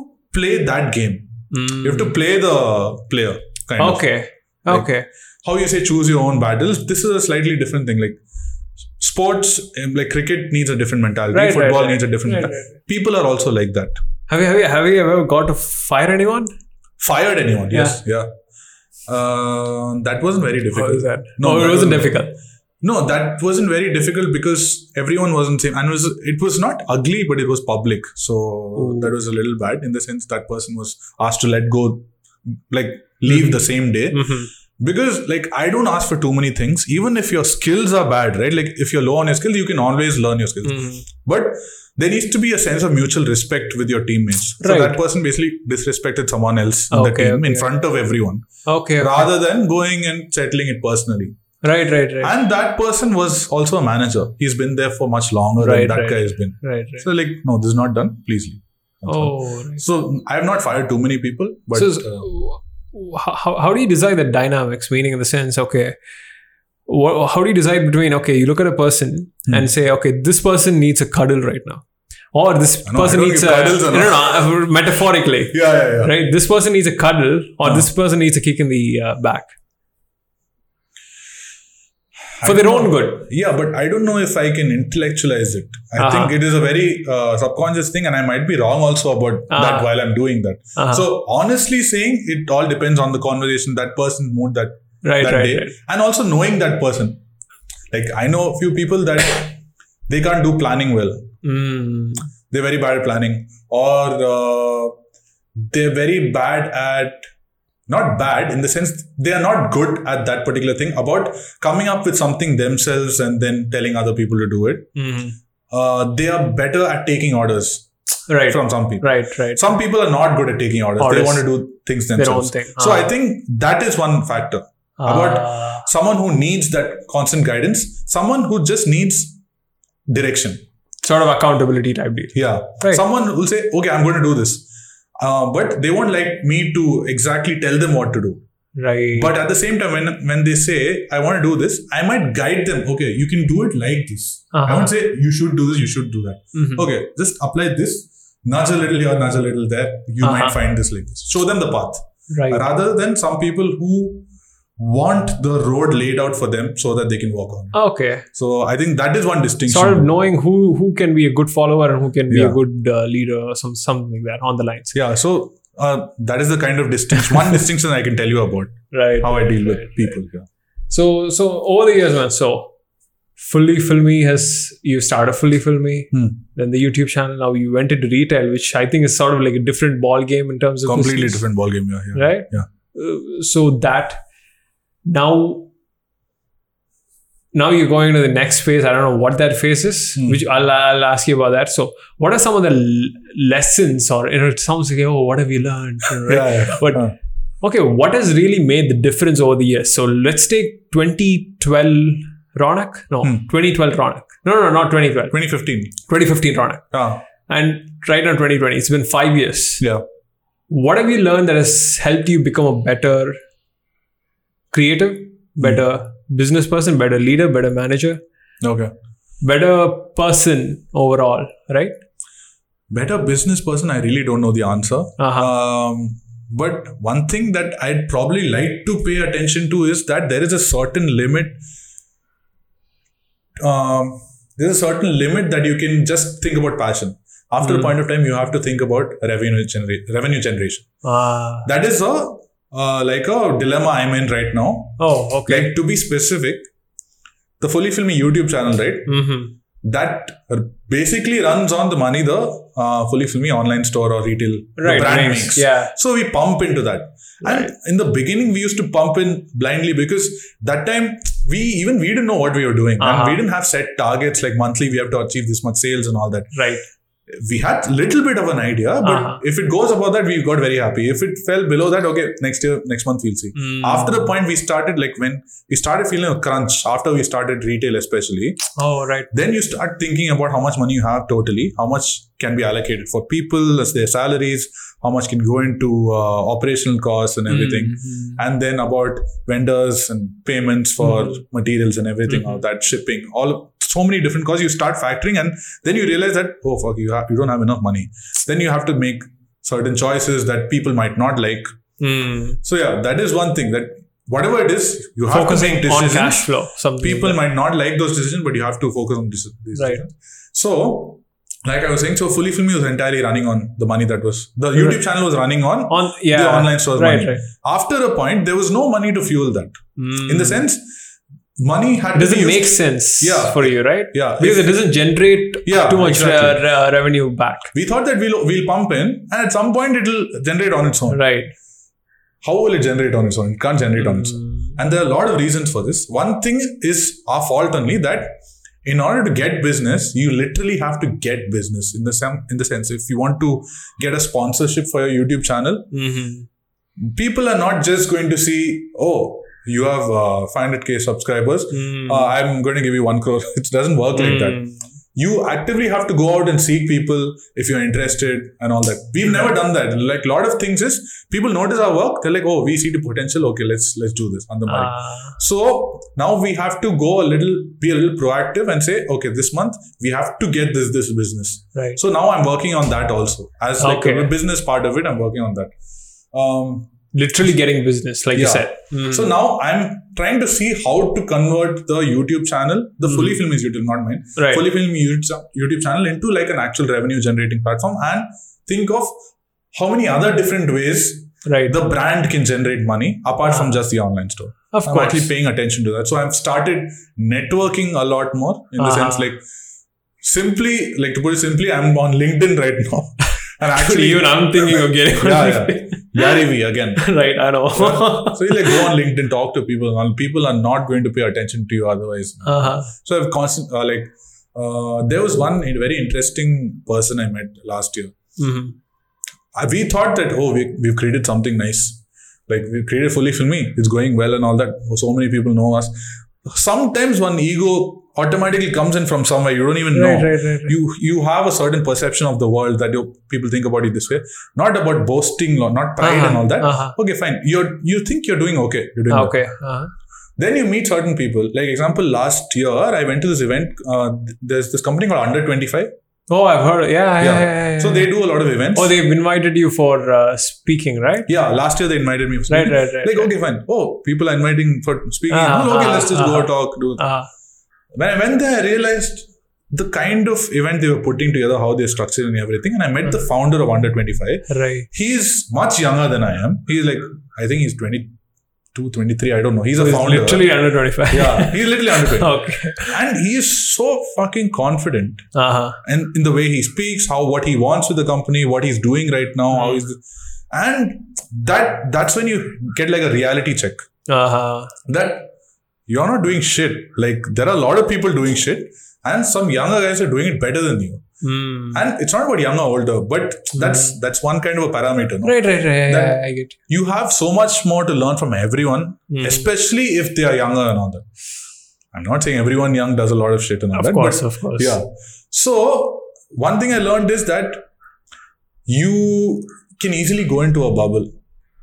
Speaker 2: play that game
Speaker 1: Mm.
Speaker 2: you have to play the player kind of
Speaker 1: okay
Speaker 2: Like-
Speaker 1: okay
Speaker 2: how you say choose your own battles this is a slightly different thing like sports um, like cricket needs a different mentality
Speaker 1: Right, right,
Speaker 2: football
Speaker 1: right.
Speaker 2: needs a different
Speaker 1: Right,
Speaker 2: mentality. people are also like that
Speaker 1: have you have you have you ever got to fire anyone
Speaker 2: fired anyone
Speaker 1: Yeah.
Speaker 2: yes yeah uh, that wasn't very difficult
Speaker 1: How is that
Speaker 2: No,
Speaker 1: oh, it
Speaker 2: that
Speaker 1: wasn't
Speaker 2: was-
Speaker 1: difficult
Speaker 2: No, that wasn't very difficult because everyone was in the same, and it was it was not ugly, but it was public, so
Speaker 1: Ooh.
Speaker 2: that was a little bad in the sense that person was asked to let go, like leave the same day
Speaker 1: mm-hmm.
Speaker 2: because like I don't ask for too many things, even if your skills are bad, right? Like if you're low on your skills, you can always learn your skills,
Speaker 1: Hmm. Mm-hmm.
Speaker 2: but there needs to be a sense of mutual respect with your teammates. So
Speaker 1: Right.
Speaker 2: that person basically disrespected someone else in the
Speaker 1: Okay,
Speaker 2: team in
Speaker 1: okay.
Speaker 2: front of everyone,
Speaker 1: okay
Speaker 2: rather than going and settling it personally.
Speaker 1: right right right
Speaker 2: And that person was also a manager. He's been there for much longer than
Speaker 1: Right,
Speaker 2: that
Speaker 1: right.
Speaker 2: guy has been.
Speaker 1: right right
Speaker 2: So like, no, this is not done. Please leave. That's all.
Speaker 1: oh right.
Speaker 2: So I have not fired too many people, but
Speaker 1: so
Speaker 2: uh,
Speaker 1: uh, how, how do you decide the dynamics meaning in the sense okay wha- how do you decide between okay you look at a person
Speaker 2: Hmm.
Speaker 1: and say okay this person needs a cuddle right now or this
Speaker 2: No, I
Speaker 1: person
Speaker 2: don't
Speaker 1: needs a
Speaker 2: give cuddles or
Speaker 1: no,
Speaker 2: not.
Speaker 1: no, no, metaphorically
Speaker 2: yeah, yeah, yeah.
Speaker 1: right this person needs a cuddle or
Speaker 2: Uh.
Speaker 1: this person needs a kick in the uh, back
Speaker 2: I
Speaker 1: for their
Speaker 2: don't
Speaker 1: own
Speaker 2: know.
Speaker 1: good
Speaker 2: Yeah, but I don't know if I can intellectualize it. I
Speaker 1: Uh-huh.
Speaker 2: think it is a very uh, subconscious thing, and I might be wrong also about that
Speaker 1: Uh-huh.
Speaker 2: while I'm doing that.
Speaker 1: Uh-huh.
Speaker 2: So honestly, saying it all depends on the conversation, that person's mood, that
Speaker 1: right
Speaker 2: that
Speaker 1: right
Speaker 2: day
Speaker 1: right
Speaker 2: and also knowing that person like i know a few people that they can't do planning well
Speaker 1: Mm.
Speaker 2: they're very bad at planning or uh, they're very bad at not bad in the sense they are not good at that particular thing about coming up with something themselves and then telling other people to do it
Speaker 1: Mm.
Speaker 2: uh, they are better at taking orders
Speaker 1: Right.
Speaker 2: from some people
Speaker 1: Right. Right.
Speaker 2: some people are not good at taking orders, they
Speaker 1: Orders.
Speaker 2: want to do things
Speaker 1: Their own
Speaker 2: themselves
Speaker 1: thing. Ah. Uh-huh.
Speaker 2: so i think that is one factor about- someone who needs that constant guidance, someone who just needs direction.
Speaker 1: sort of accountability type deal.
Speaker 2: Yeah.
Speaker 1: Right.
Speaker 2: Someone who'll say, okay, I'm going to do this. Uh, but they won't like me to exactly tell them what to do.
Speaker 1: Right.
Speaker 2: But at the same time, when, when they say, I want to do this, I might guide them. Okay, you can do it like this. I
Speaker 1: Uh-huh.
Speaker 2: won't say, you should do this, you should do that.
Speaker 1: Mhm.
Speaker 2: Okay, just apply this, nudge a little here, nudge a little there. You might
Speaker 1: Uh-huh.
Speaker 2: find this like this. Show them the path.
Speaker 1: Right.
Speaker 2: Rather than some people who want the road laid out for them so that they can walk on. it.
Speaker 1: Okay.
Speaker 2: So I think that is one distinction.
Speaker 1: Uh, Sort of knowing who who can be a good follower and who can be a
Speaker 2: Yeah.
Speaker 1: good uh, leader or some something like that on the lines.
Speaker 2: yeah. So uh, that is the kind of distinction. [laughs] one distinction I can tell you about
Speaker 1: Right.
Speaker 2: how I deal with
Speaker 1: Right,
Speaker 2: people. Yeah.
Speaker 1: So so over the years, man. So fully filmy has you started fully filmy,
Speaker 2: Hmm.
Speaker 1: then the YouTube channel. Now you went into retail, which I think is sort of like a different ball game in terms of
Speaker 2: Completely
Speaker 1: business,
Speaker 2: different ballgame. Yeah. yeah.
Speaker 1: right? Uh, so that now now you're going into the next phase. I don't know what that phase is,
Speaker 2: Hmm.
Speaker 1: which I'll, I'll ask you about that. So what are some of the l- lessons, or you know, it sounds like oh, what have you
Speaker 2: [laughs]
Speaker 1: learned? Right?
Speaker 2: Yeah, yeah.
Speaker 1: But
Speaker 2: Huh.
Speaker 1: okay, what has really made the difference over the years? So let's take 2012 Ronak. No,
Speaker 2: Hmm.
Speaker 1: 2012 Ronak. No, no, not 2012.
Speaker 2: 2015.
Speaker 1: 2015 Ronak.
Speaker 2: Yeah.
Speaker 1: And right now 2020. It's been five years.
Speaker 2: Yeah.
Speaker 1: What have you learned that has helped you become a better creative,
Speaker 2: Hmm.
Speaker 1: better business person, better leader, better manager,
Speaker 2: Okay.
Speaker 1: better person overall? Right?
Speaker 2: Better business person, I really don't know the answer.
Speaker 1: Uh-huh.
Speaker 2: Um, but one thing that I'd probably like to pay attention to is that there is a certain limit. Um, there's a certain limit that you can just think about passion. After a
Speaker 1: Mm.
Speaker 2: point of time, you have to think about revenue genera- revenue generation.
Speaker 1: Ah.
Speaker 2: That is a uh, like a dilemma I'm in right now.
Speaker 1: oh, okay.
Speaker 2: Like to be specific, the fully filmy YouTube channel, right?
Speaker 1: Mm-hmm.
Speaker 2: that r- basically runs on the money the uh, fully filmy online store or retail
Speaker 1: Right.
Speaker 2: the brand
Speaker 1: makes-
Speaker 2: makes.
Speaker 1: Yeah.
Speaker 2: So we pump into that. And in the beginning, we used to pump in blindly because that time we even we didn't know what we were doing.
Speaker 1: Uh-huh.
Speaker 2: And we didn't have set targets like monthly we have to achieve this much sales and all that.
Speaker 1: Right.
Speaker 2: We had little bit of an idea, but
Speaker 1: Uh-huh.
Speaker 2: if it goes above that, we got very happy. If it fell below that, okay, next year, next month we'll see.
Speaker 1: Mm.
Speaker 2: After the point we started like when we started feeling a crunch after we started retail especially
Speaker 1: Oh, right.
Speaker 2: then you start thinking about how much money you have totally how much can be allocated for people as their salaries how much can go into uh, operational costs and everything
Speaker 1: Mhm.
Speaker 2: and then about vendors and payments for
Speaker 1: Mhm.
Speaker 2: materials and everything
Speaker 1: Mm-hmm.
Speaker 2: all that shipping all of- so many different costs you start factoring and then you realize that oh fuck you, have, you don't have enough money then you have to make certain choices that people might not like
Speaker 1: Mm.
Speaker 2: so yeah that is one thing that whatever it is you have to
Speaker 1: Focusing
Speaker 2: make
Speaker 1: on
Speaker 2: decisions
Speaker 1: cash flow. Something like
Speaker 2: people
Speaker 1: that.
Speaker 2: might not like those decisions, but you have to focus on this, these
Speaker 1: Right.
Speaker 2: decisions. So, like I was saying, so Fully Filmy was entirely running on the money that was the YouTube channel was running on
Speaker 1: on yeah
Speaker 2: the online store's
Speaker 1: right
Speaker 2: money.
Speaker 1: right.
Speaker 2: After a point, there was no money to fuel that. In the
Speaker 1: Mm.
Speaker 2: sense, money had
Speaker 1: it doesn't
Speaker 2: to be
Speaker 1: make
Speaker 2: used,
Speaker 1: sense
Speaker 2: Yeah.
Speaker 1: for you right
Speaker 2: yeah.
Speaker 1: because it doesn't generate
Speaker 2: Yeah,
Speaker 1: too much uh,
Speaker 2: exactly.
Speaker 1: re- re- revenue back
Speaker 2: we thought that we'll we'll pump in, and at some point it'll generate on its own.
Speaker 1: right.
Speaker 2: How will it generate on its own? It can't generate on its own.
Speaker 1: Mm.
Speaker 2: And there are a lot of reasons for this. One thing is our fault only that in order to get business, you literally have to get business in the sem- in the sense if you want to get a sponsorship for your YouTube channel,
Speaker 1: Mhm.
Speaker 2: people are not just going to see, oh, you have uh, 500k subscribers.
Speaker 1: Mm.
Speaker 2: Uh, I'm going to give you one crore. [laughs] It doesn't work like that.
Speaker 1: Mm.
Speaker 2: You actively have to go out and seek people if you're interested and all that. We've never done that. Like a lot of things is people notice our work. They're like, oh, we see the potential. Okay, let's let's do this on the money.
Speaker 1: Ah,
Speaker 2: So now we have to go a little, be a little proactive and say, okay, this month we have to get this this business.
Speaker 1: right.
Speaker 2: So now I'm working on that also as like
Speaker 1: Okay.
Speaker 2: a business part of it. I'm working on that. Um,
Speaker 1: Literally getting business, like you
Speaker 2: Yeah.
Speaker 1: said. Mm.
Speaker 2: So now I'm trying to see how to convert the YouTube channel, the
Speaker 1: Mm-hmm.
Speaker 2: fully film is YouTube, not mine,
Speaker 1: right.
Speaker 2: fully film YouTube YouTube channel into like an actual revenue generating platform, and think of how many other different ways
Speaker 1: right.
Speaker 2: the brand can generate money apart from just the online store.
Speaker 1: of
Speaker 2: I'm
Speaker 1: course.
Speaker 2: actually paying attention to that. So I've started networking a lot more in the
Speaker 1: Uh-huh.
Speaker 2: sense like simply, like to put it simply, I'm on LinkedIn right
Speaker 1: [laughs]
Speaker 2: now.
Speaker 1: Dude, [laughs]
Speaker 2: And actually,
Speaker 1: even I'm thinking of getting one.
Speaker 2: [laughs] yeah, yeah. Gary Vee again.
Speaker 1: [laughs] right. I know.
Speaker 2: So you like go on LinkedIn, talk to people, and people are not going to pay attention to you otherwise.
Speaker 1: [laughs] uh-huh.
Speaker 2: So I've constant uh, like uh, there was one very interesting person I met last year.
Speaker 1: Mhm.
Speaker 2: Uh, we thought that oh we, we've created something nice like we've created fully filmy it's going well and all that Oh, so many people know us sometimes one ego automatically comes in from somewhere you don't even know
Speaker 1: Right, right, right, right.
Speaker 2: you you have a certain perception of the world that you, people think about it this way not about boasting or not pride
Speaker 1: Uh-huh,
Speaker 2: and all that
Speaker 1: uh-huh.
Speaker 2: okay fine you're you think you're doing okay you're doing
Speaker 1: Okay. Uh-huh.
Speaker 2: then you meet certain people like example last year i went to this event uh, th- there's this company called under 25
Speaker 1: Oh, I've heard. Yeah, yeah, yeah. yeah, yeah.
Speaker 2: So they do a lot of events.
Speaker 1: Oh, they've invited you for uh, speaking, right?
Speaker 2: yeah, last year they invited me for
Speaker 1: Right,
Speaker 2: speaking.
Speaker 1: right, right,
Speaker 2: Like, okay, fine. Oh, people are inviting for speaking.
Speaker 1: Ah,
Speaker 2: Well, okay,
Speaker 1: ah,
Speaker 2: let's just
Speaker 1: ah,
Speaker 2: go talk. Do.
Speaker 1: Uh,
Speaker 2: When I went there, I realized the kind of event they were putting together, how they're structured and everything. And I met the
Speaker 1: Hmm.
Speaker 2: founder of Under 25.
Speaker 1: right.
Speaker 2: He's much younger than I am. He's like, I think he's 22, 23. I don't know. He's a
Speaker 1: It's
Speaker 2: founder.
Speaker 1: literally under 25.
Speaker 2: yeah, he's literally under
Speaker 1: [laughs]
Speaker 2: 25.
Speaker 1: okay.
Speaker 2: And he is so fucking confident.
Speaker 1: Uh-huh.
Speaker 2: and in the way he speaks, how what he wants with the company, what he's doing right now,
Speaker 1: Hmm.
Speaker 2: how he's, and that that's when you get like a reality check
Speaker 1: Uh-huh.
Speaker 2: that you're not doing shit. Like there are a lot of people doing shit, and some younger guys are doing it better than you.
Speaker 1: Mm.
Speaker 2: And it's not about young or older, but that's that's one kind of a parameter. no?
Speaker 1: Hmm. Right, right, right. Yeah,
Speaker 2: That-
Speaker 1: yeah, I get.
Speaker 2: You have so much more to learn from everyone,
Speaker 1: Mm.
Speaker 2: especially if they are younger and all that. I'm not saying everyone young does a lot of shit and all
Speaker 1: Of
Speaker 2: that, but
Speaker 1: course, of course.
Speaker 2: yeah. So one thing I learned is that you can easily go into a bubble.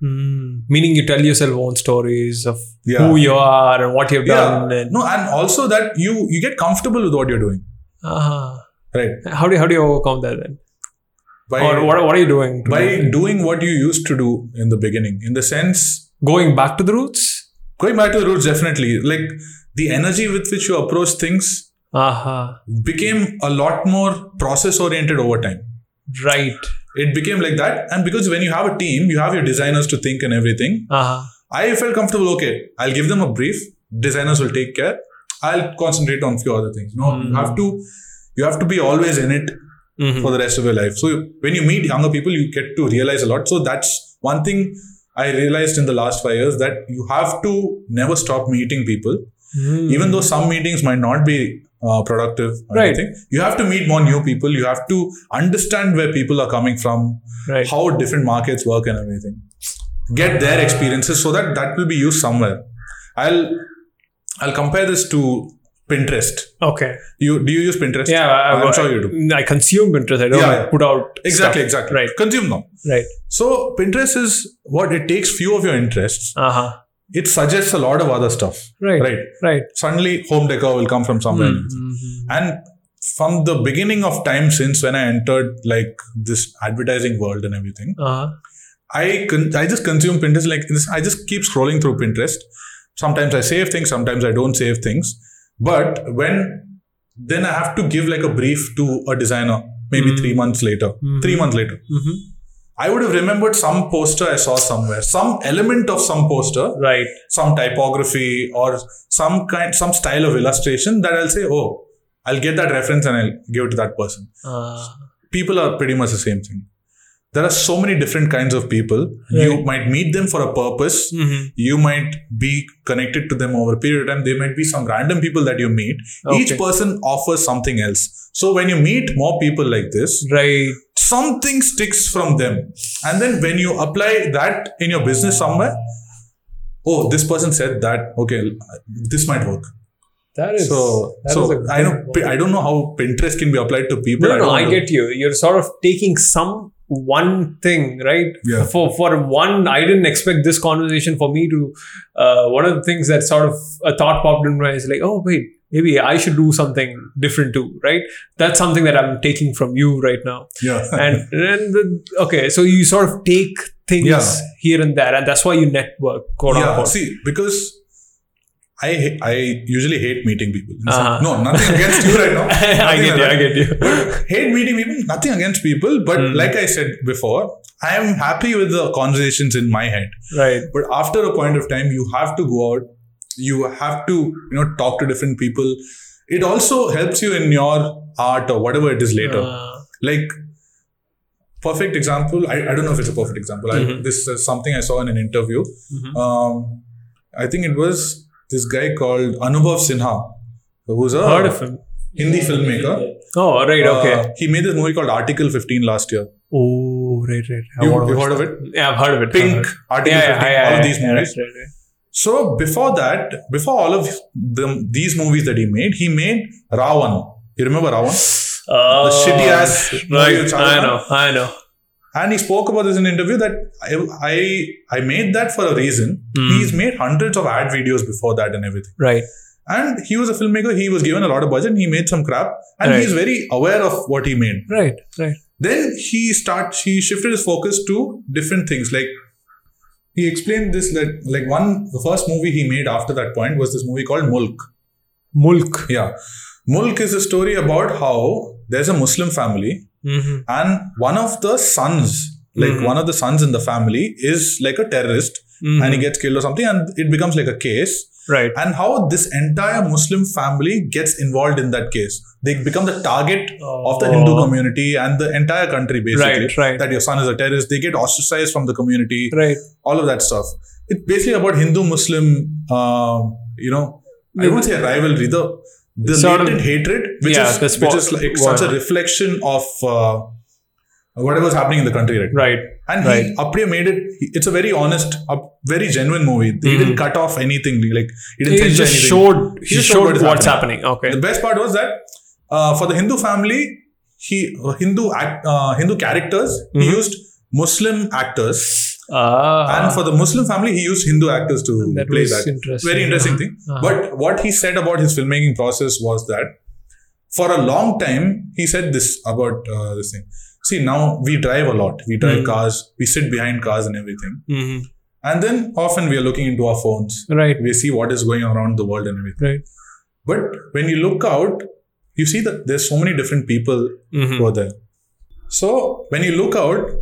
Speaker 1: Mm. Meaning you tell yourself own stories of
Speaker 2: Yeah.
Speaker 1: who you are and what you've done.
Speaker 2: yeah.
Speaker 1: And,
Speaker 2: No, and also that you you get comfortable with what you're doing,
Speaker 1: uh-huh.
Speaker 2: right?
Speaker 1: How do you, how do you overcome that then?
Speaker 2: By
Speaker 1: or what, what are you doing? to
Speaker 2: by
Speaker 1: do-
Speaker 2: doing what you used to do in the beginning. In the sense,
Speaker 1: going back to the roots?
Speaker 2: going back to the roots, definitely. Like the energy with which you approach things
Speaker 1: Uh-huh.
Speaker 2: became a lot more process oriented over time.
Speaker 1: Right.
Speaker 2: It became like that, and because when you have a team, you have your designers to think and everything.
Speaker 1: Uh-huh.
Speaker 2: I felt comfortable. Okay, I'll give them a brief. Designers will take care. I'll concentrate on few other things. No, you
Speaker 1: Mm.
Speaker 2: have to, you have to be always in it
Speaker 1: Mhm.
Speaker 2: for the rest of your life. So when you meet younger people, you get to realize a lot. So that's one thing I realized in the last five years that you have to never stop meeting people,
Speaker 1: Mm.
Speaker 2: even though some meetings might not be uh, productive. Or
Speaker 1: Right.
Speaker 2: Anything. You have to meet more new people. You have to understand where people are coming from,
Speaker 1: right.
Speaker 2: how different markets work and everything get their experiences so that that will be used somewhere i'll i'll compare this to pinterest
Speaker 1: Okay.
Speaker 2: you do you use pinterest
Speaker 1: Yeah, I,
Speaker 2: i'm sure you do
Speaker 1: I consume Pinterest. I don't
Speaker 2: Yeah, yeah.
Speaker 1: put out
Speaker 2: exactly
Speaker 1: stuff.
Speaker 2: exactly
Speaker 1: Right,
Speaker 2: consume now
Speaker 1: right.
Speaker 2: so pinterest is what it takes few of your interests
Speaker 1: Uh huh.
Speaker 2: it suggests a lot of other stuff
Speaker 1: Right,
Speaker 2: right
Speaker 1: right.
Speaker 2: suddenly home decor will come from somewhere
Speaker 1: Mm-hmm.
Speaker 2: and from the beginning of time since when i entered like this advertising world and everything
Speaker 1: Uh huh.
Speaker 2: I con- I just consume Pinterest like this. I just keep scrolling through Pinterest. Sometimes I save things, sometimes I don't save things. But when then I have to give like a brief to a designer, maybe
Speaker 1: Mm.
Speaker 2: three months later.
Speaker 1: Mhm.
Speaker 2: Three months later.
Speaker 1: Mm-hmm.
Speaker 2: I would have remembered some poster I saw somewhere, some element of some poster,
Speaker 1: Right.
Speaker 2: some typography or some kind some style of illustration that I'll say, oh, I'll get that reference and I'll give it to that person.
Speaker 1: Uh,
Speaker 2: people are pretty much the same thing. There are so many different kinds of people. You
Speaker 1: Right.
Speaker 2: might meet them for a purpose.
Speaker 1: mm-hmm.
Speaker 2: You might be connected to them over a period of time. They might be some random people that you meet. Each
Speaker 1: Okay.
Speaker 2: person offers something else. So when you meet more people like this,
Speaker 1: Right.
Speaker 2: something sticks from them. And then when you apply that in your business somewhere, oh, this person said that. Okay, this might work.
Speaker 1: That is
Speaker 2: So,
Speaker 1: that is a
Speaker 2: so
Speaker 1: good
Speaker 2: I know.
Speaker 1: point.
Speaker 2: I don't know how Pinterest can be applied to people.
Speaker 1: No, no,
Speaker 2: don't
Speaker 1: I
Speaker 2: know.
Speaker 1: get you. You're sort of taking some one thing, right?
Speaker 2: Yeah.
Speaker 1: For for one, I didn't expect this conversation for me to. Uh, one of the things that sort of a thought popped in my mind is like, oh wait, maybe I should do something different too, right? That's something that I'm taking from you right now.
Speaker 2: [laughs] Yeah.
Speaker 1: and and the, okay, so you sort of take things
Speaker 2: Yeah.
Speaker 1: here and there, and that's why you network, quote
Speaker 2: yeah,
Speaker 1: unquote.
Speaker 2: see, because I ha- I usually hate meeting people.
Speaker 1: Uh-huh.
Speaker 2: No, nothing against you right now.
Speaker 1: [laughs] I
Speaker 2: Nothing
Speaker 1: get
Speaker 2: like
Speaker 1: you. I
Speaker 2: that.
Speaker 1: get you.
Speaker 2: But hate meeting people. Nothing against people, but
Speaker 1: Mm.
Speaker 2: like I said before, I am happy with the conversations in my head.
Speaker 1: [laughs] right.
Speaker 2: But after a point of time, you have to go out. You have to you know talk to different people. It also helps you in your art or whatever it is later.
Speaker 1: Uh,
Speaker 2: like perfect example. I, I don't know if it's a perfect example. I,
Speaker 1: Mhm.
Speaker 2: this is something I saw in an interview.
Speaker 1: mhm.
Speaker 2: Um, I think it was this guy called Anubhav Sinha, who's a
Speaker 1: Heard of him?
Speaker 2: Hindi filmmaker.
Speaker 1: Oh, right. Okay.
Speaker 2: Uh, he made this movie called Article 15 last year.
Speaker 1: oh, right, right. I
Speaker 2: You,
Speaker 1: wanna
Speaker 2: you
Speaker 1: watch
Speaker 2: heard of it?
Speaker 1: that. Yeah, I've heard of it. I've heard
Speaker 2: Pink,
Speaker 1: of it.
Speaker 2: Article
Speaker 1: Yeah,
Speaker 2: 15,
Speaker 1: yeah, yeah,
Speaker 2: all
Speaker 1: yeah,
Speaker 2: of these
Speaker 1: yeah,
Speaker 2: movies.
Speaker 1: right, right, right.
Speaker 2: So before that, before all of them, these movies that he made, he made Ravan. You remember Ravan?
Speaker 1: Oh,
Speaker 2: shitty ass movie with
Speaker 1: Right.
Speaker 2: Shah Rukh
Speaker 1: I
Speaker 2: Khan.
Speaker 1: know. I know.
Speaker 2: And he spoke about this in an interview that I I, I made that for a reason.
Speaker 1: Mm.
Speaker 2: He's made hundreds of ad videos before that and everything.
Speaker 1: Right.
Speaker 2: And he was a filmmaker. He was given a lot of budget. He made some crap, and
Speaker 1: Right.
Speaker 2: he's very aware of what he made.
Speaker 1: Right, right.
Speaker 2: Then he start. He shifted his focus to different things. Like he explained this that like one the first movie he made after that point was this movie called Mulk.
Speaker 1: Mulk.
Speaker 2: Yeah, Mulk is a story about how there's a Muslim family
Speaker 1: Mm-hmm.
Speaker 2: and one of the sons like
Speaker 1: Mhm.
Speaker 2: one of the sons in the family is like a terrorist and he gets killed or something and it becomes like a case
Speaker 1: mm-hmm. right.
Speaker 2: and how this entire muslim family gets involved in that case they become the target of the
Speaker 1: Oh.
Speaker 2: hindu community and the entire country basically
Speaker 1: Right, right.
Speaker 2: that your son is a terrorist they get ostracized from the community
Speaker 1: Right.
Speaker 2: all of that stuff it's basically about hindu muslim uh, you know i won't say rivalry the the
Speaker 1: Sort of-
Speaker 2: latent hatred which
Speaker 1: Yeah,
Speaker 2: is
Speaker 1: that's
Speaker 2: which
Speaker 1: what-
Speaker 2: is like
Speaker 1: what-
Speaker 2: such a reflection of uh, whatever's happening in the country right now.
Speaker 1: Right.
Speaker 2: And
Speaker 1: Right.
Speaker 2: he Apriya made it. It's a very honest, a very genuine movie. He didn't cut off anything. Like he
Speaker 1: Hmm. He
Speaker 2: didn't censor
Speaker 1: just
Speaker 2: anything.
Speaker 1: showed. He,
Speaker 2: just showed
Speaker 1: showed
Speaker 2: what is
Speaker 1: what's happening.
Speaker 2: The
Speaker 1: Okay.
Speaker 2: best part was that uh, for the Hindu family, he Hindu act, uh, Hindu characters he
Speaker 1: Mhm.
Speaker 2: used Muslim actors, and
Speaker 1: Ah.
Speaker 2: for the Muslim family he used Hindu actors to
Speaker 1: that
Speaker 2: play
Speaker 1: was
Speaker 2: that.
Speaker 1: interesting.
Speaker 2: Very interesting
Speaker 1: Uh-huh.
Speaker 2: thing.
Speaker 1: Uh-huh.
Speaker 2: But what he said about his filmmaking process was that for a long time, he said this about uh, this thing. See, now we drive a lot. We drive
Speaker 1: Mm.
Speaker 2: cars, we sit behind cars and everything.
Speaker 1: Mhm.
Speaker 2: And then often we are looking into our phones.
Speaker 1: Right.
Speaker 2: We see what is going on around the world and everything.
Speaker 1: Right.
Speaker 2: But when you look out, you see that there's so many different people
Speaker 1: Mhm.
Speaker 2: were there. So when you look out,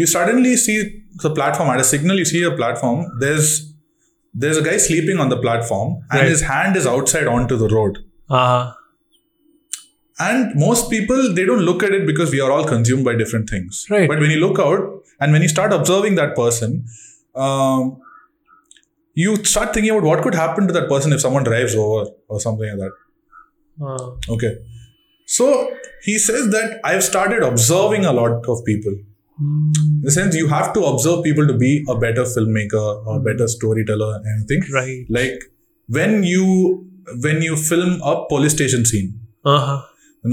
Speaker 2: you suddenly see the platform at a signal. You see a platform. There's there's a guy sleeping on the platform, and
Speaker 1: Right.
Speaker 2: his hand is outside onto the road.
Speaker 1: Uh-huh.
Speaker 2: And most people they don't look at it because we are all consumed by different things.
Speaker 1: Right.
Speaker 2: But when you look out and when you start observing that person, um, you start thinking about what could happen to that person if someone drives over or something like that.
Speaker 1: Uh,
Speaker 2: Okay. So he says that I've started observing a lot of people. In
Speaker 1: Hmm.
Speaker 2: the sense, you have to observe people to be a better filmmaker, a better storyteller, and everything.
Speaker 1: right.
Speaker 2: Like when you when you film a police station scene,
Speaker 1: Uh-huh.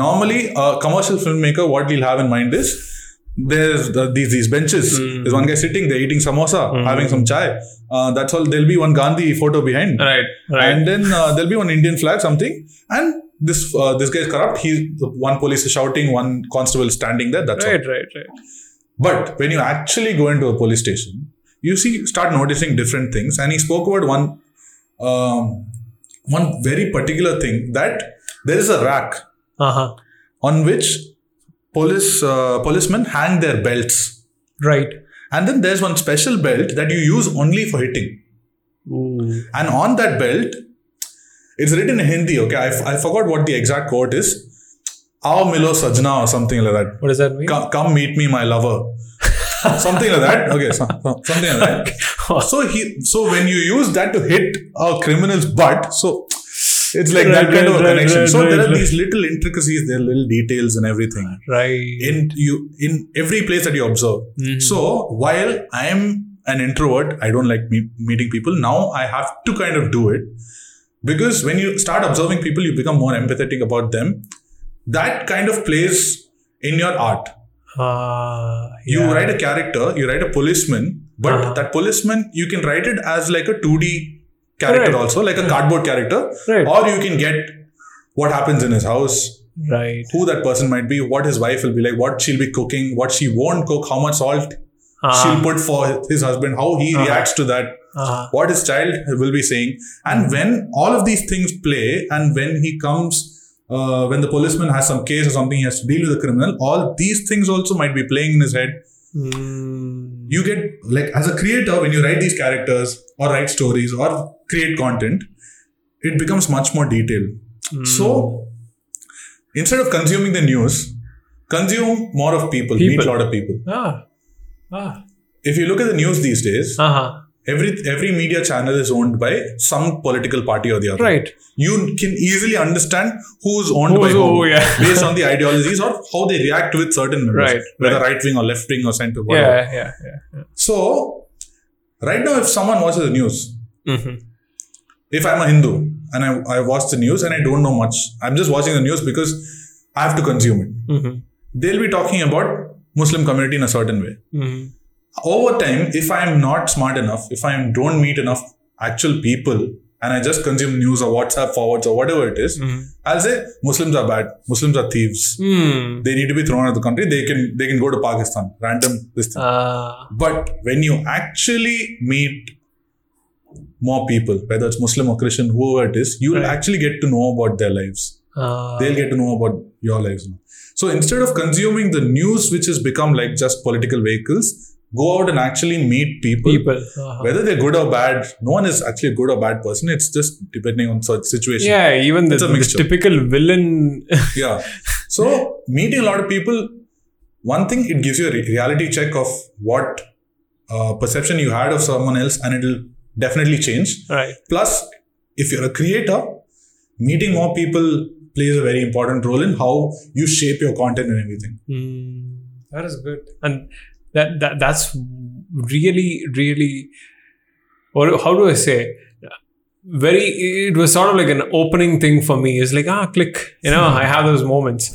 Speaker 2: normally a commercial filmmaker, what he'll have in mind is there's the, these these benches.
Speaker 1: Mm.
Speaker 2: There's one guy sitting there eating samosa,
Speaker 1: Mm.
Speaker 2: having some chai. Uh, that's all. There'll be one Gandhi photo behind
Speaker 1: Right. Right.
Speaker 2: and then uh, there'll be one Indian flag, something, and this uh, this guy is corrupt. He one police is shouting, one constable is standing there. That's
Speaker 1: right.
Speaker 2: all.
Speaker 1: Right. Right.
Speaker 2: But when you actually go into a police station, you see start noticing different things. And he spoke about one um, one very particular thing that there is a rack
Speaker 1: Uh-huh.
Speaker 2: on which police uh, policemen hang their belts,
Speaker 1: Right.
Speaker 2: and then there's one special belt that you use only for hitting.
Speaker 1: Ooh.
Speaker 2: And on that belt, it's written in Hindi, okay? I, I forgot what the exact quote is. Ao milo sajna or something like that.
Speaker 1: What does that mean?
Speaker 2: Come, come meet me, my
Speaker 1: [laughs]
Speaker 2: lover. something like that. Okay, so, so- something like that. So he, so when you use that to hit a criminal's butt, so it's like that
Speaker 1: Right,
Speaker 2: kind
Speaker 1: right,
Speaker 2: of a
Speaker 1: right,
Speaker 2: connection.
Speaker 1: right,
Speaker 2: so there
Speaker 1: right,
Speaker 2: are
Speaker 1: right.
Speaker 2: these little intricacies, there are little details and everything
Speaker 1: [laughs] Right.
Speaker 2: in you in every place that you observe.
Speaker 1: Mhm.
Speaker 2: So while I'm an introvert, I don't like me- meeting people. Now I have to kind of do it because when you start observing people, you become more empathetic about them. That kind of plays in your art.
Speaker 1: Ah.
Speaker 2: You
Speaker 1: yeah.
Speaker 2: write a character, you write a policeman, but
Speaker 1: Uh-huh.
Speaker 2: that policeman you can write it as like a 2D character
Speaker 1: Correct.
Speaker 2: also, like a cardboard character,
Speaker 1: Right.
Speaker 2: or you can get what happens in his house
Speaker 1: Right.
Speaker 2: who that person might be, what his wife will be like, what she'll be cooking, what she won't cook, how much salt
Speaker 1: Ah.
Speaker 2: she'll put for his husband, how he
Speaker 1: Uh-huh.
Speaker 2: reacts to that,
Speaker 1: Ah.
Speaker 2: what his child will be saying. And when all of these things play, and when he comes, uh, when the policeman has some case or something, he has to deal with a criminal, all these things also might be playing in his head.
Speaker 1: Mm.
Speaker 2: You get, like, as a creator, when you write these characters or write stories or create content, it becomes much more detailed.
Speaker 1: Mm.
Speaker 2: So instead of consuming the news, consume more of people, meet
Speaker 1: People.
Speaker 2: a lot of people.
Speaker 1: Ah. Ah.
Speaker 2: If you look at the news these days,
Speaker 1: Uh-huh.
Speaker 2: every every media channel is owned by some political party or the other.
Speaker 1: Right.
Speaker 2: You can easily understand who's owned by
Speaker 1: Who's-
Speaker 2: who,
Speaker 1: oh, yeah.
Speaker 2: [laughs] based on the ideologies or how they react with certain members,
Speaker 1: Right,
Speaker 2: whether right wing or left wing or center. Whatever.
Speaker 1: Yeah. Yeah. Yeah.
Speaker 2: So right now, if someone watches the news,
Speaker 1: Mm-hmm.
Speaker 2: if I'm a Hindu and I, I watch the news and I don't know much, I'm just watching the news because I have to consume it.
Speaker 1: Mm-hmm.
Speaker 2: they'll be talking about Muslim community in a certain way.
Speaker 1: Mm-hmm.
Speaker 2: Over time, if I am not smart enough, if I am- don't meet enough actual people and I just consume news or WhatsApp forwards or whatever it is,
Speaker 1: Mm-hmm.
Speaker 2: I'll say Muslims are bad, Muslims are thieves.
Speaker 1: Hmm.
Speaker 2: They need to be thrown out of the country. They can they can go to Pakistan. Random this thing.
Speaker 1: Uh,
Speaker 2: But when you actually meet more people, whether it's Muslim or Christian, whoever it is, you will
Speaker 1: Right.
Speaker 2: actually get to know about their lives.
Speaker 1: uh,
Speaker 2: They'll get to know about your lives. now. So instead of consuming the news, which has become like just political vehicles, go out and actually meet people.
Speaker 1: people. Uh-huh.
Speaker 2: Whether they're good or bad, no one is actually a good or bad person. It's just depending on such situation.
Speaker 1: Yeah, even the,
Speaker 2: It's a
Speaker 1: the
Speaker 2: mixture.
Speaker 1: typical villain. [laughs]
Speaker 2: yeah. So meeting a lot of people, one thing it gives you a re- reality check of what uh, perception you had of someone else, and it'll definitely change.
Speaker 1: right.
Speaker 2: Plus, if you're a creator, meeting more people plays a very important role in how you shape your content and everything.
Speaker 1: Mm, that is good, and that that that's really really, or how do I say? Very, it was sort of like an opening thing for me. It's like ah, click. You know, I have those moments.